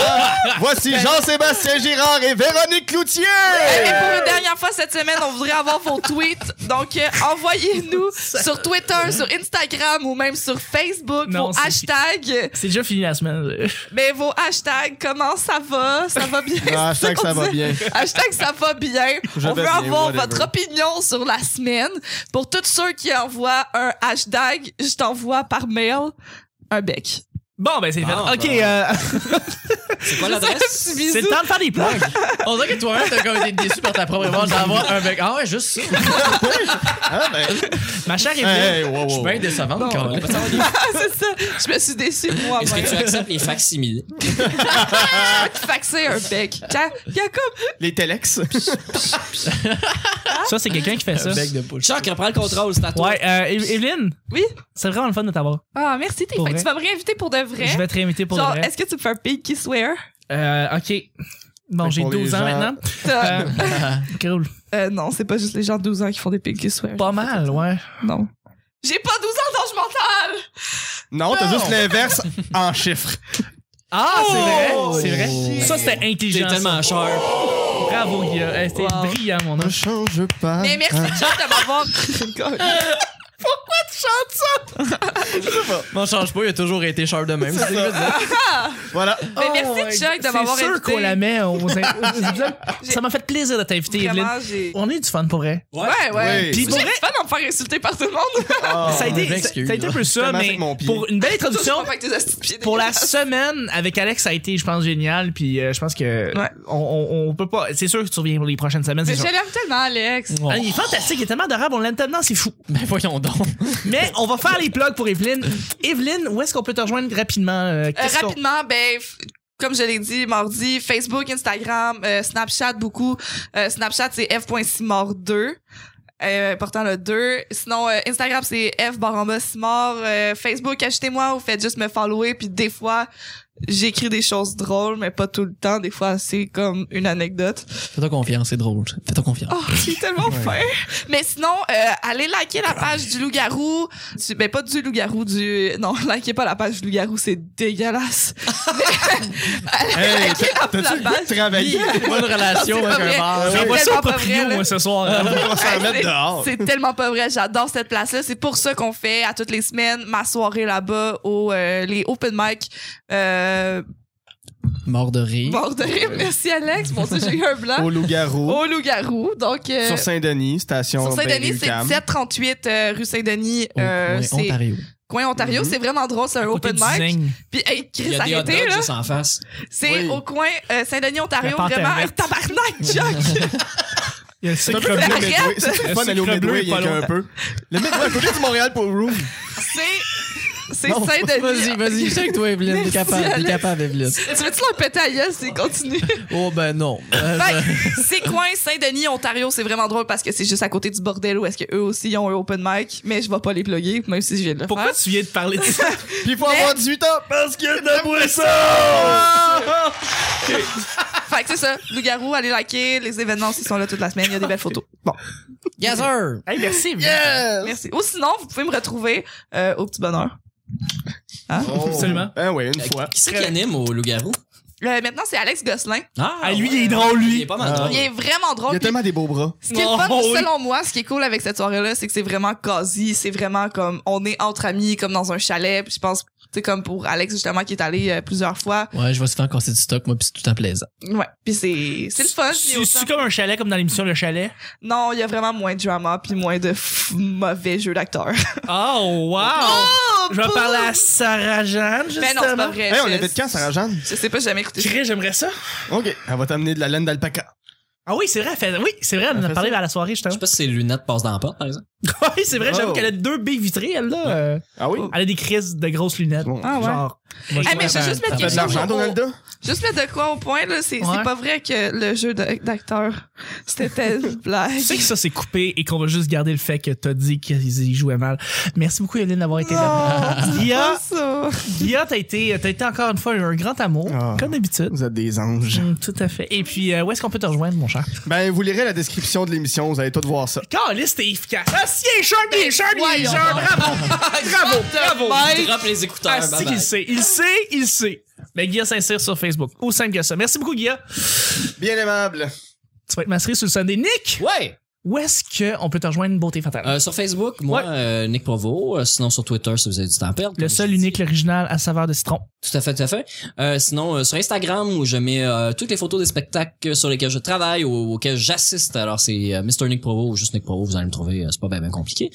Speaker 6: Voici Jean-Sébastien Girard et Véronique Cloutier.
Speaker 3: Hey, mais pour une dernière fois cette semaine, on voudrait avoir vos tweets. Donc, euh, envoyez-nous sur Twitter, sur Instagram ou même sur Facebook
Speaker 1: Non,
Speaker 3: vos
Speaker 1: c'est-
Speaker 3: hashtags.
Speaker 1: C'est déjà fini la semaine.
Speaker 3: Mais vos hashtags, comment ça va? Ça va bien?
Speaker 6: Non,
Speaker 3: C'est
Speaker 6: hashtag
Speaker 3: qu'on
Speaker 6: ça va
Speaker 3: disait.
Speaker 6: bien.
Speaker 3: Hashtag ça va bien.
Speaker 6: Je
Speaker 3: On
Speaker 6: vais
Speaker 3: veut
Speaker 6: bien,
Speaker 3: avoir
Speaker 6: whatever.
Speaker 3: votre opinion sur la semaine. Pour tous ceux qui envoient un hashtag, je t'envoie par mail un bec.
Speaker 1: Bon, ben, c'est fait.
Speaker 2: Ah,
Speaker 1: OK, euh,
Speaker 2: C'est quoi
Speaker 3: Un
Speaker 2: l'adresse?
Speaker 3: petit
Speaker 1: c'est le
Speaker 3: bisou.
Speaker 1: temps de faire des plugs.
Speaker 7: On dirait que toi-même, t'as comme été déçu par ta propre réponse d'avoir un bec. Ah ouais, juste ça. Je
Speaker 6: Ah, ben,
Speaker 1: Ma chère Evelyne,
Speaker 6: hey, hey, wow, wow.
Speaker 7: suis bien décevante,
Speaker 2: On va
Speaker 7: Caroline.
Speaker 2: pas savoir des-
Speaker 3: Ah, c'est ça. Je me suis déçue
Speaker 2: Est-ce que tu
Speaker 3: moi-même.
Speaker 2: acceptes les facsimilés?
Speaker 3: Faxer un bec. Quand, quand comme
Speaker 6: Les telex.
Speaker 1: ça, c'est quelqu'un qui fait ça.
Speaker 7: Bec de poule.
Speaker 2: Jacques, reprends le contrôle, c'est à toi.
Speaker 1: Ouais, euh, Eve- Evelyne,
Speaker 3: Oui?
Speaker 1: c'est vraiment le fun de t'avoir.
Speaker 3: Ah, merci, t'es
Speaker 1: Pour
Speaker 3: fait.
Speaker 1: vrai?
Speaker 3: Tu vas me réinviter pour de vrai.
Speaker 1: Je vais te réinviter pour
Speaker 3: Genre,
Speaker 1: le vrai.
Speaker 3: est-ce que tu me fais un pinky swear?
Speaker 1: Euh, OK. Bon,
Speaker 6: Fait
Speaker 1: j'ai
Speaker 6: pour les
Speaker 1: 12 ans
Speaker 6: gens-
Speaker 1: maintenant.
Speaker 3: T'as-
Speaker 1: Euh, cool.
Speaker 3: Euh, non, c'est pas juste les gens de 12 ans qui font des pinky swear.
Speaker 1: Pas mal, ouais.
Speaker 3: Non. J'ai pas 12 ans, donc je mentale!
Speaker 6: Non, t'as juste l'inverse en chiffres.
Speaker 1: Ah, c'est vrai. C'est
Speaker 6: Oh.
Speaker 1: vrai. Ça, c'était
Speaker 2: T'es
Speaker 1: intelligent.
Speaker 2: tellement
Speaker 1: ça.
Speaker 2: sharp.
Speaker 1: Bravo, Guillaume. Eh, C'était
Speaker 3: Wow.
Speaker 1: brillant, mon
Speaker 6: Ne
Speaker 1: ange.
Speaker 6: change
Speaker 1: Ah.
Speaker 6: pas.
Speaker 3: Mais merci, Chuck, de m'avoir.
Speaker 7: M'en change pas, il a toujours été sharp de même. C'est ça.
Speaker 6: Voilà.
Speaker 3: Mais merci, Chuck, de m'avoir
Speaker 1: Oh, C'est sûr
Speaker 3: invité.
Speaker 1: qu'on la met aux- aux épisodes. Ça m'a fait plaisir de t'inviter, Evelyne.
Speaker 3: Vraiment, j'ai.
Speaker 1: On est du fun pour vrai.
Speaker 3: Ouais, ouais.
Speaker 6: Oui.
Speaker 1: Puis
Speaker 3: J'ai
Speaker 1: pour vrai,
Speaker 3: pas de me faire insulter par tout le monde.
Speaker 6: Ah.
Speaker 1: ça a
Speaker 7: je
Speaker 1: été, ça,
Speaker 7: m'excuse.
Speaker 1: ça a été un peu
Speaker 6: Je
Speaker 1: ça,
Speaker 6: commence
Speaker 1: mais
Speaker 6: avec mon pied.
Speaker 1: pour une belle
Speaker 3: Toujours
Speaker 1: introduction.
Speaker 3: pas avec tes astuces de pieds
Speaker 1: Pour la
Speaker 3: dégueulasses.
Speaker 1: semaine avec Alex, ça a été, je pense, génial. Puis euh, je pense que
Speaker 3: Ouais.
Speaker 1: on, on, on peut pas. C'est sûr que tu reviens pour les prochaines semaines.
Speaker 3: Mais
Speaker 1: c'est
Speaker 3: je
Speaker 1: sûr.
Speaker 3: l'aime tellement, Alex.
Speaker 7: Oh.
Speaker 1: Ah, il est fantastique, il est tellement adorable, on l'aime tellement, c'est fou.
Speaker 7: Ben voyons donc.
Speaker 1: Mais on va faire les plugs pour Evelyne. Evelyne, où est-ce qu'on peut te rejoindre rapidement? euh,
Speaker 3: Euh,
Speaker 1: qu'est-ce qu'on-
Speaker 3: rapidement, ben, f- comme je l'ai dit, mardi, Facebook, Instagram, euh, Snapchat, beaucoup. Euh, Snapchat, c'est f.simard2. Euh, portant le 2. Sinon, euh, Instagram, c'est F Baramba Simard. Euh, Facebook, achetez-moi ou faites juste me follower. Puis des fois, j'écris des choses drôles, mais pas tout le temps. Des fois, c'est comme une anecdote.
Speaker 7: Fais-toi confiance, c'est drôle. Fais-toi confiance.
Speaker 3: Oh, j'ai tellement faim. Mais sinon, euh, allez liker la page du loup-garou. Du- Ben, pas du loup-garou, du... Non, likez pas la page du loup-garou, c'est dégueulasse. Mais, allez
Speaker 6: Hey,
Speaker 3: liker la,
Speaker 6: T'as-tu
Speaker 3: la
Speaker 6: le goût de
Speaker 3: page.
Speaker 6: travailler?
Speaker 7: Bonne relation
Speaker 3: Non, c'est pas
Speaker 7: avec
Speaker 3: vrai.
Speaker 7: un bar.
Speaker 3: C'est
Speaker 1: J'envoie
Speaker 3: tellement
Speaker 1: ça au
Speaker 3: pas
Speaker 1: Papillon,
Speaker 3: vrai, là.
Speaker 1: moi, ce soir.
Speaker 6: On va
Speaker 1: Ah,
Speaker 6: s'en
Speaker 3: Hey,
Speaker 6: mettre
Speaker 3: c'est-
Speaker 6: dehors.
Speaker 3: C'est tellement pas vrai. J'adore cette place-là. C'est pour ça qu'on fait à toutes les semaines ma soirée là-bas au euh, les open mic. Euh,
Speaker 7: Mort de rire.
Speaker 3: bord de rire. Merci Alex. Mon Dieu, j'ai eu un blanc.
Speaker 6: Au loup-garou.
Speaker 1: Oh,
Speaker 3: Au loup-garou. Donc euh,
Speaker 6: Sur Saint-Denis, station.
Speaker 3: sur Saint-Denis, c'est
Speaker 6: Bellevue-Cam.
Speaker 3: 738 euh, rue Saint-Denis.
Speaker 7: Au
Speaker 3: Euh,
Speaker 7: coin
Speaker 3: c'est
Speaker 7: Ontario.
Speaker 3: coin Ontario, c'est vraiment drôle, c'est un
Speaker 1: Côté
Speaker 3: open
Speaker 1: du
Speaker 3: mic.
Speaker 1: zing.
Speaker 3: Puis hey,
Speaker 2: Il
Speaker 3: Chris,
Speaker 2: y a des hot
Speaker 3: arrêtez
Speaker 2: dogs
Speaker 3: là,
Speaker 2: juste en face.
Speaker 3: c'est
Speaker 6: Oui.
Speaker 3: au coin euh, Saint-Denis Ontario,
Speaker 1: La panthère
Speaker 3: vraiment un
Speaker 1: verte.
Speaker 3: tabarnak Chuck.
Speaker 1: Il y a le
Speaker 6: C'est un peu
Speaker 1: sucre
Speaker 6: comme le
Speaker 1: bleu.
Speaker 6: Midway. C'est
Speaker 1: Le
Speaker 6: le fun d'aller au
Speaker 1: sucre bleu
Speaker 6: Midway,
Speaker 1: est
Speaker 6: il y
Speaker 1: pas
Speaker 6: a qu'un
Speaker 1: loin.
Speaker 6: peu. Le Midway, à côté du Montréal pour Room.
Speaker 3: C'est. C'est
Speaker 7: Non,
Speaker 3: Saint-Denis.
Speaker 7: Vas-y, vas-y, check toi, Evelyne. T'es capable, t'es capable, Evelyne.
Speaker 3: Tu veux-tu leur péter à la gueule s'ils continuent?
Speaker 7: Oh, ben non. Euh,
Speaker 3: Fait que c'est coin Saint-Denis, Ontario, c'est vraiment drôle parce que c'est juste à côté du bordel où est-ce qu'eux aussi ils ont un open mic, mais je vais pas les plugger, même si je viens de le
Speaker 7: Hein?
Speaker 1: Pourquoi
Speaker 3: faire.
Speaker 1: tu viens de parler de ça?
Speaker 6: Puis il faut avoir 18 ans parce qu'il y a de la boisson!
Speaker 3: Fait que c'est ça, Loup-Garou, allez liker, les événements ils sont là toute la semaine, il y a des belles photos. Bon,
Speaker 7: yes, sir.
Speaker 1: Hey, merci.
Speaker 3: merci. Ou sinon, vous pouvez me retrouver euh, au petit bonheur. Hein?
Speaker 1: Absolument.
Speaker 6: Ben oui, une fois.
Speaker 2: Qui c'est qui anime au loup-garou?
Speaker 3: Euh, maintenant, c'est Alex Gosselin.
Speaker 2: Ah,
Speaker 1: Ah, lui, il est drôle,
Speaker 2: Il
Speaker 1: lui.
Speaker 2: est pas mal drôle.
Speaker 3: Il est vraiment
Speaker 6: Il y
Speaker 3: drôle.
Speaker 6: a
Speaker 3: Oh, puis
Speaker 6: tellement des beaux bras.
Speaker 3: Ce qui est
Speaker 1: Oh,
Speaker 3: le fun,
Speaker 1: oui.
Speaker 3: selon moi, ce qui est cool avec cette soirée-là, c'est que c'est vraiment quasi, c'est vraiment comme on est entre amis, comme dans un chalet. Puis je pense, c'est comme pour Alex justement qui est allé euh, plusieurs fois.
Speaker 7: Ouais, je vais se faire casser du stock, moi, pis c'est tout en plaisant.
Speaker 3: Ouais. Puis c'est, c'est le fun. puis
Speaker 1: C'est
Speaker 3: autant-
Speaker 1: c'est comme un chalet, comme dans l'émission Le Chalet.
Speaker 3: Non, il y a vraiment moins de drama puis moins de f- mauvais jeux d'acteurs.
Speaker 1: Oh, wow! je vais parler à Sarah Jeanne, justement.
Speaker 3: Mais Ben non, c'est pas vrai.
Speaker 6: Hey, Eh, on
Speaker 3: je-
Speaker 6: avait de quand, Sarah-Jeanne?
Speaker 3: Je sais pas, j'ai jamais écouté. ça.
Speaker 1: Chris, j'aimerais ça.
Speaker 6: OK, elle va t'amener de la laine d'alpaca.
Speaker 1: Ah oui, c'est vrai, elle fait- oui, c'est vrai, elle en a
Speaker 6: fait
Speaker 1: parlé
Speaker 6: ça.
Speaker 1: à la soirée, justement.
Speaker 2: Je sais pas si ses lunettes passent dans la porte, par exemple.
Speaker 1: oui, c'est vrai, j'avoue
Speaker 6: Oh.
Speaker 1: qu'elle a deux baies vitrées, elle, là. Euh,
Speaker 6: Ah
Speaker 3: Oh.
Speaker 6: oui?
Speaker 1: Elle a des crises de grosses lunettes.
Speaker 6: Bon.
Speaker 3: Ah ouais.
Speaker 1: Genre. moi,
Speaker 3: Ah,
Speaker 1: trouve
Speaker 3: mais je
Speaker 1: ça-
Speaker 3: vais juste
Speaker 1: ça
Speaker 3: mettre
Speaker 1: fait
Speaker 3: quelque
Speaker 6: de l'argent,
Speaker 3: chose au-
Speaker 6: Donalda?
Speaker 3: Juste mettre de quoi au point, là, c'est
Speaker 1: Ouais.
Speaker 3: c'est pas vrai que le jeu de- d'acteur, c'était une blague.
Speaker 1: Tu sais que ça c'est coupé et qu'on va juste garder le fait que t'as dit qu'ils y jouaient mal. Merci beaucoup Evelyne d'avoir été là. Guilla,
Speaker 3: Pas ça.
Speaker 1: Guilla, t'as été, t'as été encore une fois un grand amour,
Speaker 6: Ah.
Speaker 1: comme d'habitude.
Speaker 6: Vous êtes des anges.
Speaker 1: Mm, tout à fait. Et puis euh, où est-ce qu'on peut te rejoindre mon cher?
Speaker 6: Ben, vous lirez la description de l'émission, vous allez tout voir ça.
Speaker 1: Carlis, t'es efficace. Ah si, il est sharp, il est sharp, il est
Speaker 3: Voyons
Speaker 1: sharp. Bravo, Ah,
Speaker 2: Ah,
Speaker 1: bravo, bravo.
Speaker 2: Il drop les écouteurs.
Speaker 1: Ah, c'est
Speaker 2: bye-bye.
Speaker 1: qu'il sait, il sait, il sait. Mais Guilla s'insère sur Facebook. Au simple que ça. Merci beaucoup Guilla.
Speaker 6: Bien aimable.
Speaker 1: Tu vas être masqué sur le Sunday. Nick,
Speaker 2: Ouais!
Speaker 1: où est-ce que on peut te rejoindre Beauté Fatale?
Speaker 2: Euh, sur Facebook, moi,
Speaker 1: Ouais.
Speaker 2: euh, Nick Provo. Euh, sinon, sur Twitter, si vous avez du temps à perdre.
Speaker 1: le
Speaker 2: comme
Speaker 1: seul,
Speaker 2: j'ai dit.
Speaker 1: unique, l'original à saveur de citron.
Speaker 2: Tout à fait, tout à fait. Euh, sinon, euh, sur Instagram, où je mets euh, toutes les photos des spectacles sur lesquels je travaille ou auxquels j'assiste. Alors, c'est euh, Mr. Nick Provo ou juste Nick Provo. Vous allez me trouver. euh, c'est pas bien compliqué.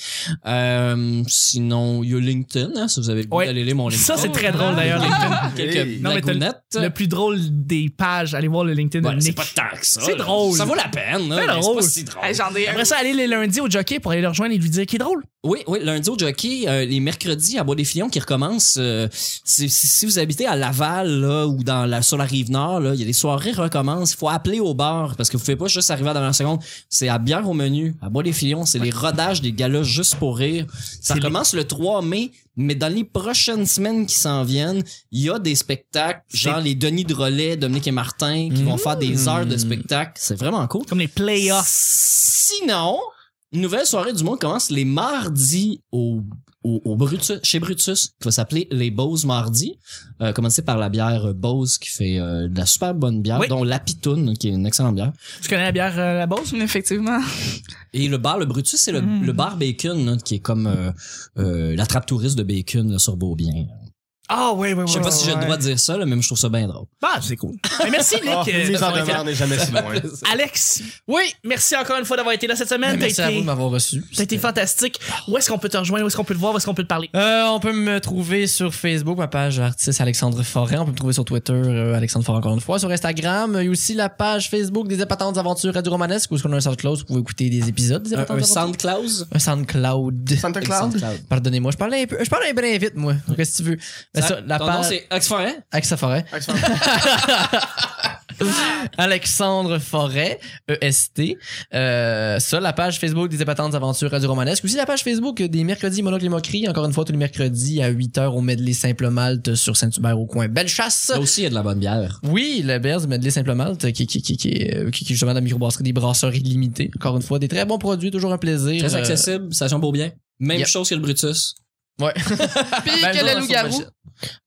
Speaker 2: Euh, sinon, il y a LinkedIn, hein, si vous avez le goût
Speaker 1: Ouais.
Speaker 2: d'aller lire mon
Speaker 1: Ça,
Speaker 2: LinkedIn.
Speaker 1: c'est très drôle d'ailleurs,
Speaker 2: Ah,
Speaker 1: LinkedIn.
Speaker 2: Quelques
Speaker 1: Non, mais t'as le-
Speaker 2: blagounettes.
Speaker 1: Le plus drôle des pages, allez voir le LinkedIn
Speaker 2: Ouais,
Speaker 1: de
Speaker 2: c'est
Speaker 1: Nick.
Speaker 2: pas tant que ça.
Speaker 1: C'est
Speaker 2: Oh là.
Speaker 1: drôle.
Speaker 2: Ça vaut la peine. là,
Speaker 1: C'est
Speaker 2: mais C'est
Speaker 1: drôle.
Speaker 2: pas si drôle.
Speaker 3: Hey, J'en ai un.
Speaker 1: Après ça, allez les lundis au jockey pour aller le rejoindre et lui dire qu'il est drôle.
Speaker 2: Oui, oui, lundi au jockey, euh, les mercredis à Bois des Filions qui recommence. euh, si, si- si vous habitez à Laval là, ou dans la, sur la rive nord, là, il y a les soirées recommencent. Il faut appeler au bar parce que vous pouvez pas juste arriver à la dernière seconde. C'est à bière au menu, à Bois des Filions, c'est les rodages des galas juste pour rire. Ça recommence le 3 mai, mais dans les prochaines semaines qui s'en viennent, il y a des spectacles, genre les Denis Drolet, Dominique et Martin, qui vont faire des heures de spectacle. C'est vraiment cool.
Speaker 1: Comme les
Speaker 7: oh,
Speaker 1: playoffs.
Speaker 2: Sinon, une nouvelle soirée du monde commence les mardis au, au, au Brutus, chez Brutus, qui va s'appeler les Bose Mardis. Euh, commencé par la bière Bose, qui fait euh, de la super bonne bière,
Speaker 1: Oui.
Speaker 2: dont la Pitoune, qui est une excellente bière.
Speaker 1: Tu connais la bière euh, la Beauce?
Speaker 3: Effectivement.
Speaker 2: Et le bar, le Brutus, c'est le,
Speaker 7: Mm.
Speaker 2: le bar Bacon, là, qui est comme euh, euh, la trappe touriste de Bacon là, sur Beaubien.
Speaker 1: Ah oui, oui, oui.
Speaker 2: Je sais pas si j'ai le droit de dire ça, là, mais je trouve ça bien drôle.
Speaker 1: Ah, c'est cool. Mais merci, Nick.
Speaker 6: Ah,
Speaker 1: euh,
Speaker 6: les
Speaker 1: d'avoir été là.
Speaker 6: endemeures n'est jamais si loin.
Speaker 1: Alex. Oui. Merci encore une fois d'avoir été là cette semaine. T'as
Speaker 7: Merci à vous
Speaker 1: été,
Speaker 7: de m'avoir reçu.
Speaker 1: t'as été fantastique. Où est-ce qu'on peut te rejoindre? Où est-ce qu'on peut te voir? Où est-ce qu'on peut te parler?
Speaker 7: Euh, on peut me trouver sur Facebook, ma page artiste Alexandre Forêt. On peut me trouver sur Twitter, euh, Alexandre Forêt encore une fois. Sur Instagram, il y a aussi la page Facebook des épatantes aventures Radio Romanesque où est-ce qu'on a un SoundCloud où vous pouvez écouter des épisodes des
Speaker 2: Euh, Un,
Speaker 7: épatantes
Speaker 2: un
Speaker 7: aventures.
Speaker 2: SoundCloud.
Speaker 7: Un SoundCloud.
Speaker 6: Santa Claus?
Speaker 2: SoundCloud.
Speaker 7: Pardonnez-moi, je parle un peu, je parle un peu vite, moi. Qu'est-ce que tu veux? Mais ça, la
Speaker 2: Ton nom,
Speaker 7: page
Speaker 2: c'est Ox Forêt?
Speaker 7: Alexa Forêt. Alexandre Forêt, EST. Euh, ça, la page Facebook des épatantes aventures Radio Romanesque. Aussi la page Facebook des mercredis Monocle et Moquerie. Encore une fois, tous les mercredis à 8h au Medley Simple Malte sur Saint-Hubert au coin Bellechasse.
Speaker 2: Là aussi, il y a de la bonne bière.
Speaker 7: Oui, le Bears Medley Simple Malte, qui, qui, qui, qui, est, euh, qui, qui est justement la microbrasserie des brasseurs illimitées. Encore une fois, des très bons produits, toujours un plaisir.
Speaker 2: Très
Speaker 7: Euh,
Speaker 2: accessible, station Beaubien. Même
Speaker 7: Yep.
Speaker 2: chose que le Brutus.
Speaker 7: Ouais.
Speaker 3: Puis
Speaker 7: Ben,
Speaker 3: que
Speaker 7: dans
Speaker 3: le loup-garou.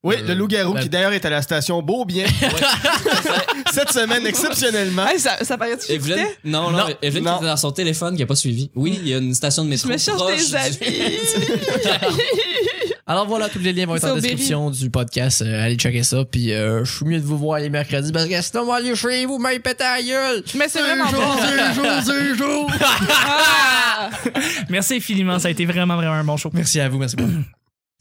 Speaker 6: Oui,
Speaker 7: Euh,
Speaker 6: le loup-garou
Speaker 7: la-
Speaker 6: qui d'ailleurs est à la station Beaubien cette semaine exceptionnellement.
Speaker 3: Hey, ça, ça paraît-tu que
Speaker 2: Evelyn,
Speaker 3: j'écoutais?
Speaker 2: non, non,
Speaker 6: Non.
Speaker 2: Evelyn
Speaker 6: Non.
Speaker 2: qui était dans son téléphone qui a pas suivi. Oui, il y a une station de
Speaker 3: Je
Speaker 2: métro
Speaker 3: me cherche
Speaker 2: proche
Speaker 3: des
Speaker 2: du-
Speaker 3: amis.
Speaker 7: Alors voilà, tous les liens vont être
Speaker 3: C'est
Speaker 7: en
Speaker 3: au
Speaker 7: description du podcast. Euh, allez checker ça. Puis euh, je suis mieux de vous voir les mercredis parce que sinon, moi, aller chez vous, mais pétez la gueule.
Speaker 3: Mais c'est vraiment bon. Ah!
Speaker 1: Merci infiniment. Ça a été vraiment, vraiment un bon show.
Speaker 7: Merci à vous, merci beaucoup.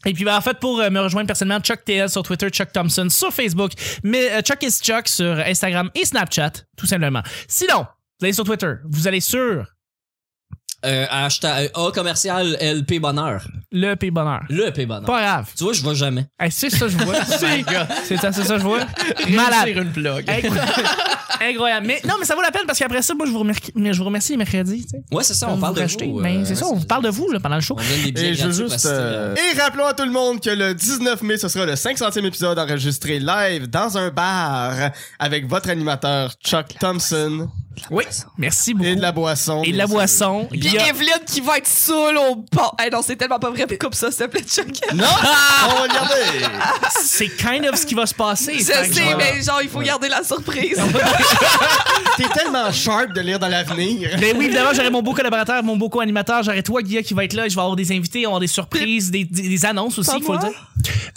Speaker 1: Et puis, ben, en fait, pour euh, me rejoindre personnellement, Chuck TL sur Twitter, Chuck Thompson sur Facebook, mais euh, Chuck is Chuck sur Instagram et Snapchat, tout simplement. Sinon, Vous allez sur Twitter. Vous allez sur
Speaker 2: Euh, hashtag A commercial LP Bonheur.
Speaker 1: le P Bonheur.
Speaker 2: Le P Bonheur.
Speaker 1: Pas grave.
Speaker 2: Tu vois, je vois jamais.
Speaker 1: Hey, c'est ça que je vois. c'est c'est ça, c'est ça que je vois. Malade.
Speaker 7: Réussir une plug.
Speaker 1: Incroyable. Incroyable. Mais non, mais ça vaut la peine parce qu'après ça, moi, je vous remercie, mais je vous remercie mercredi. tu sais.
Speaker 2: Ouais, c'est ça, on
Speaker 1: Vous
Speaker 2: parle de
Speaker 1: rachetez.
Speaker 2: vous.
Speaker 1: Mais
Speaker 2: euh,
Speaker 1: Ben, c'est ça, on vous parle de vous là, pendant le show.
Speaker 2: On donne des billets
Speaker 6: Et je veux
Speaker 2: gratuits
Speaker 6: juste.
Speaker 2: pour assister,
Speaker 6: euh,
Speaker 1: hein.
Speaker 6: Et rappelons à tout le monde que le 19 mai, ce sera le 500e épisode enregistré live dans un bar avec votre animateur Chuck Thompson
Speaker 1: Oui. Merci beaucoup.
Speaker 6: et de la boisson.
Speaker 1: Et de la
Speaker 6: bien sûr.
Speaker 1: boisson.
Speaker 3: Puis
Speaker 1: Il y a-
Speaker 3: Evelyne qui va être seule au bord. Hey, non, c'est tellement pas vrai. Coupe ça, s'il te plaît, Chuck.
Speaker 6: Non! On va regarder!
Speaker 1: C'est kind of ce qui va se passer.
Speaker 3: Je
Speaker 1: Fait que
Speaker 3: sais, mais genre, il faut garder la surprise.
Speaker 6: T'es tellement sharp de lire dans l'avenir.
Speaker 1: Ben oui, évidemment, j'aurai mon beau collaborateur, mon beau co-animateur, j'aurai toi, Guilla, qui va être là. Je vais avoir des invités, on va avoir des surprises, des, des- des annonces aussi,
Speaker 3: Pas
Speaker 1: il faut le
Speaker 3: moi.
Speaker 1: dire.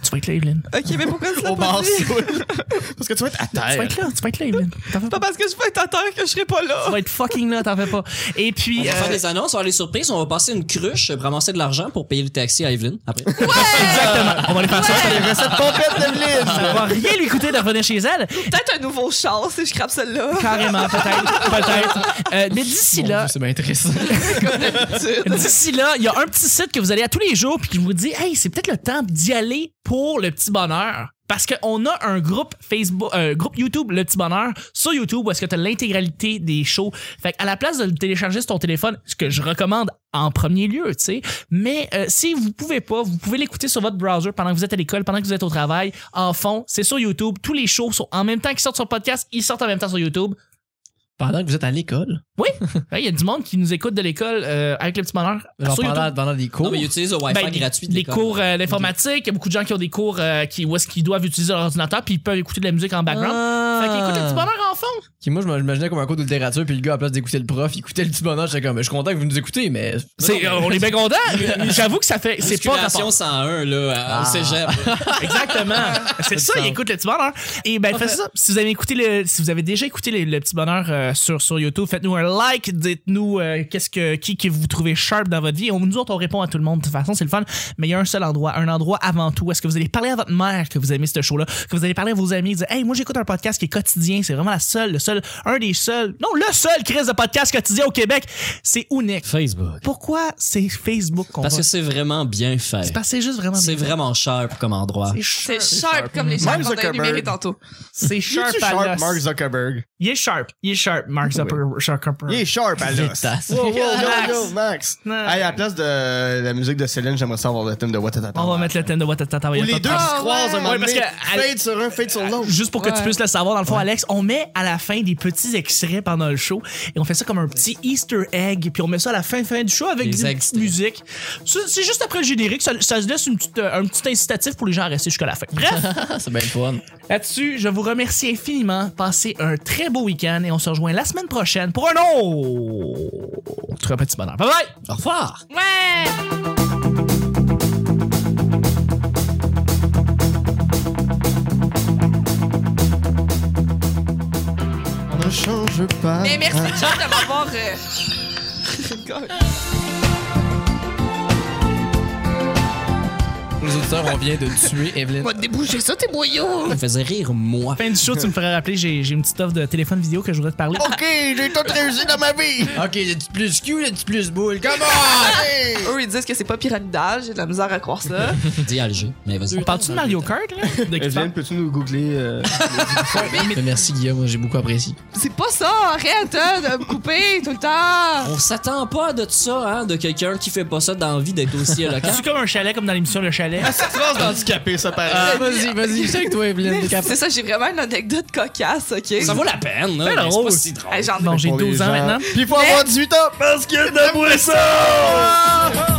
Speaker 1: Tu vas être là, Evelyne.
Speaker 3: ok, mais pourquoi tu l'as
Speaker 6: Au bar,
Speaker 3: pas dit?
Speaker 6: Parce que tu vas être à
Speaker 1: Tu vas
Speaker 6: terre.
Speaker 1: être là, tu vas être là, Evelyne. T'en fais
Speaker 3: Pas
Speaker 1: pas.
Speaker 3: parce que je vais être à terre que je serai pas
Speaker 1: Tu
Speaker 3: là.
Speaker 1: vas être fucking là, t'en fais pas. Et
Speaker 2: On
Speaker 1: puis,
Speaker 2: va faire
Speaker 1: euh,
Speaker 2: des annonces, on va avoir des surprises, on va passer une cruche, euh, ramasser de l'argent pour payer le taxi à Evelyn après.
Speaker 1: exactement, on va aller faire ça.
Speaker 6: Les recettes pompettes de Blitz.
Speaker 1: Ça va rien lui coûter de revenir chez elle.
Speaker 3: Peut-être un nouveau char si je crappe celle-là.
Speaker 1: Carrément, peut-être, peut-être. Euh, mais d'ici
Speaker 7: Mon
Speaker 1: là,
Speaker 7: Dieu, C'est bien intéressant.
Speaker 1: D'ici là, il y a un petit site que vous allez à tous les jours puis qui vous dit Hey, c'est peut-être le temps d'y aller pour le petit bonheur. Parce qu'on a un groupe Facebook, un groupe YouTube, Le Petit Bonheur, sur YouTube où est-ce que tu as l'intégralité des shows. Fait qu'à la place de le télécharger sur ton téléphone, ce que je recommande en premier lieu, tu sais. Mais euh, si vous pouvez pas, vous pouvez l'écouter sur votre browser pendant que vous êtes à l'école, pendant que vous êtes au travail. En fond, c'est sur YouTube. Tous les shows sont en même temps qu'ils sortent sur podcast, ils sortent en même temps sur YouTube.
Speaker 7: Pendant que vous êtes à l'école,
Speaker 1: Ouais, Il y a du monde qui nous écoute de l'école euh, avec Le Petit Bonheur.
Speaker 7: genre
Speaker 1: sur YouTube.
Speaker 7: pendant, pendant des cours,
Speaker 2: Non, mais ils utilisent le Wi-Fi
Speaker 1: Ben,
Speaker 2: gratuit de
Speaker 1: les
Speaker 2: l'école.
Speaker 1: cours euh, d'informatique, il y a beaucoup de gens qui ont des cours euh, qui, où est-ce qu'ils doivent utiliser leur ordinateur puis ils peuvent écouter de la musique en background.
Speaker 7: Ah.
Speaker 1: Fait qu'ils écoutent le petit bonheur en fond.
Speaker 7: Qui, moi, je m'imaginais comme un cours de littérature, puis le gars, à place d'écouter le prof, il écoutait le petit bonheur. J'étais comme, je suis content que vous nous écoutez, mais.
Speaker 1: C'est, euh, on est bien contents. mais J'avoue que ça fait. C'est pas
Speaker 2: Musculation
Speaker 1: rapport.
Speaker 2: 101,
Speaker 1: Ah,
Speaker 2: là, à- au cégep.
Speaker 1: Exactement. C'est ça, ils écoutent le petit bonheur. Et ben, faites ça. Si vous avez écouté le, si vous avez déjà écouté le, le petit bonheur euh, sur, sur YouTube, faites-nous un like. Dites-nous euh, qu'est-ce que, qui, que vous trouvez sharp dans votre vie. On, nous autres, on répond à tout le monde. De toute façon, c'est le fun. Mais il y a un seul endroit, un endroit avant tout. Est-ce que vous allez parler à votre mère que vous aimez ce show-là, que vous allez parler à vos amis, dire Hey, moi j'écoute un podcast qui est quotidien, c'est vraiment la seule, le seul, un des seuls, non, le seul crise de podcast quotidien au Québec. C'est unique.
Speaker 2: Facebook.
Speaker 1: Pourquoi c'est Facebook qu'on
Speaker 2: Parce
Speaker 1: va-
Speaker 2: que c'est vraiment bien fait.
Speaker 1: C'est parce que c'est juste vraiment.
Speaker 2: C'est vraiment sharp comme endroit.
Speaker 1: C'est sharp.
Speaker 3: C'est sharp comme les chars
Speaker 6: Mark
Speaker 3: qu'on a
Speaker 6: Zuckerberg.
Speaker 3: énumérés tantôt.
Speaker 1: C'est
Speaker 6: Il
Speaker 1: sharp
Speaker 6: est
Speaker 1: à
Speaker 6: sharp,
Speaker 1: l'os.
Speaker 6: Mark Zuckerberg.
Speaker 1: Il est sharp. Il est sharp, Mark Zuckerberg. Zuckerberg.
Speaker 6: Il est sharp à l'os.
Speaker 7: Tasse.
Speaker 6: Wow, wow,
Speaker 1: Max.
Speaker 6: yo, yo, Max.
Speaker 1: Max.
Speaker 6: Hey, à la place de la musique de Céline, j'aimerais savoir le thème de What Tata.
Speaker 1: On va mettre le thème de What Tata.
Speaker 6: Où les deux qui se croisent un moment
Speaker 1: Ouais, parce
Speaker 6: donné,
Speaker 1: que-
Speaker 6: fade sur un, fade sur l'autre.
Speaker 1: Juste pour que tu
Speaker 3: Ouais.
Speaker 1: puisses le savoir, dans le fond, Alex, on met à la fin des petits extraits pendant le show et on fait ça comme un petit Easter egg, puis on met ça à la fin fin du show avec une
Speaker 2: Des
Speaker 1: petite
Speaker 2: extraits.
Speaker 1: musique. C'est c'est juste après le générique, ça, ça se laisse une petite, euh, un petit incitatif pour les gens à rester jusqu'à la fin. Bref,
Speaker 7: ah, c'est bien le fun.
Speaker 1: là-dessus, je vous remercie infiniment. Passez un très beau week-end et on se rejoint la semaine prochaine pour un autre petit bonheur. Bye bye!
Speaker 2: Au revoir!
Speaker 3: Ouais!
Speaker 6: On ne change pas.
Speaker 3: Mais merci, Chuck, de m'avoir. euh, God.
Speaker 7: Les auditeurs, on vient de tuer Evelyn.
Speaker 3: Va te déboucher ça, tes boyaux!
Speaker 2: Ça me faisait rire, moi.
Speaker 1: Fin du show, tu me ferais rappeler, j'ai j'ai une petite offre de téléphone vidéo que je voudrais te parler.
Speaker 4: Ok, j'ai tout réussi dans ma vie.
Speaker 7: Ok, y'a-tu plus Q, y'a-tu plus boule? Come
Speaker 4: Allez.
Speaker 3: Eux, ils disent que c'est pas pyramidal, j'ai de la misère à croire ça.
Speaker 2: Dis Alger. Mais vas-y.
Speaker 1: On parle-tu de Mario Kart, là? De qui
Speaker 6: Evelyne, peux-tu nous googler euh,
Speaker 7: on! Merci, Guillaume, j'ai beaucoup apprécié.
Speaker 3: C'est pas ça, arrête hein, de me couper tout le temps!
Speaker 2: On s'attend pas de ça, hein, de quelqu'un qui fait pas ça dans la vie d'être aussi éloquent.
Speaker 1: C'est comme un chalet, comme dans l'émission Le Chalet.
Speaker 6: Phrase d'handicapé, ça paraît.
Speaker 7: Ah,
Speaker 1: Euh,
Speaker 7: vas-y, vas-y, je suis avec toi, Evelyn. T'es capable.
Speaker 3: C'est ça, j'ai vraiment une anecdote cocasse, ok?
Speaker 2: Ça vaut la peine,
Speaker 1: C'est
Speaker 2: hein, mais c'est
Speaker 1: drôle.
Speaker 2: pas si drôle.
Speaker 3: Hey, J'en ai
Speaker 1: Bon, j'ai
Speaker 6: Pour les
Speaker 1: 12 ans
Speaker 6: gens.
Speaker 1: maintenant.
Speaker 6: Puis il faut avoir 18 ans parce qu'il y a de la boisson!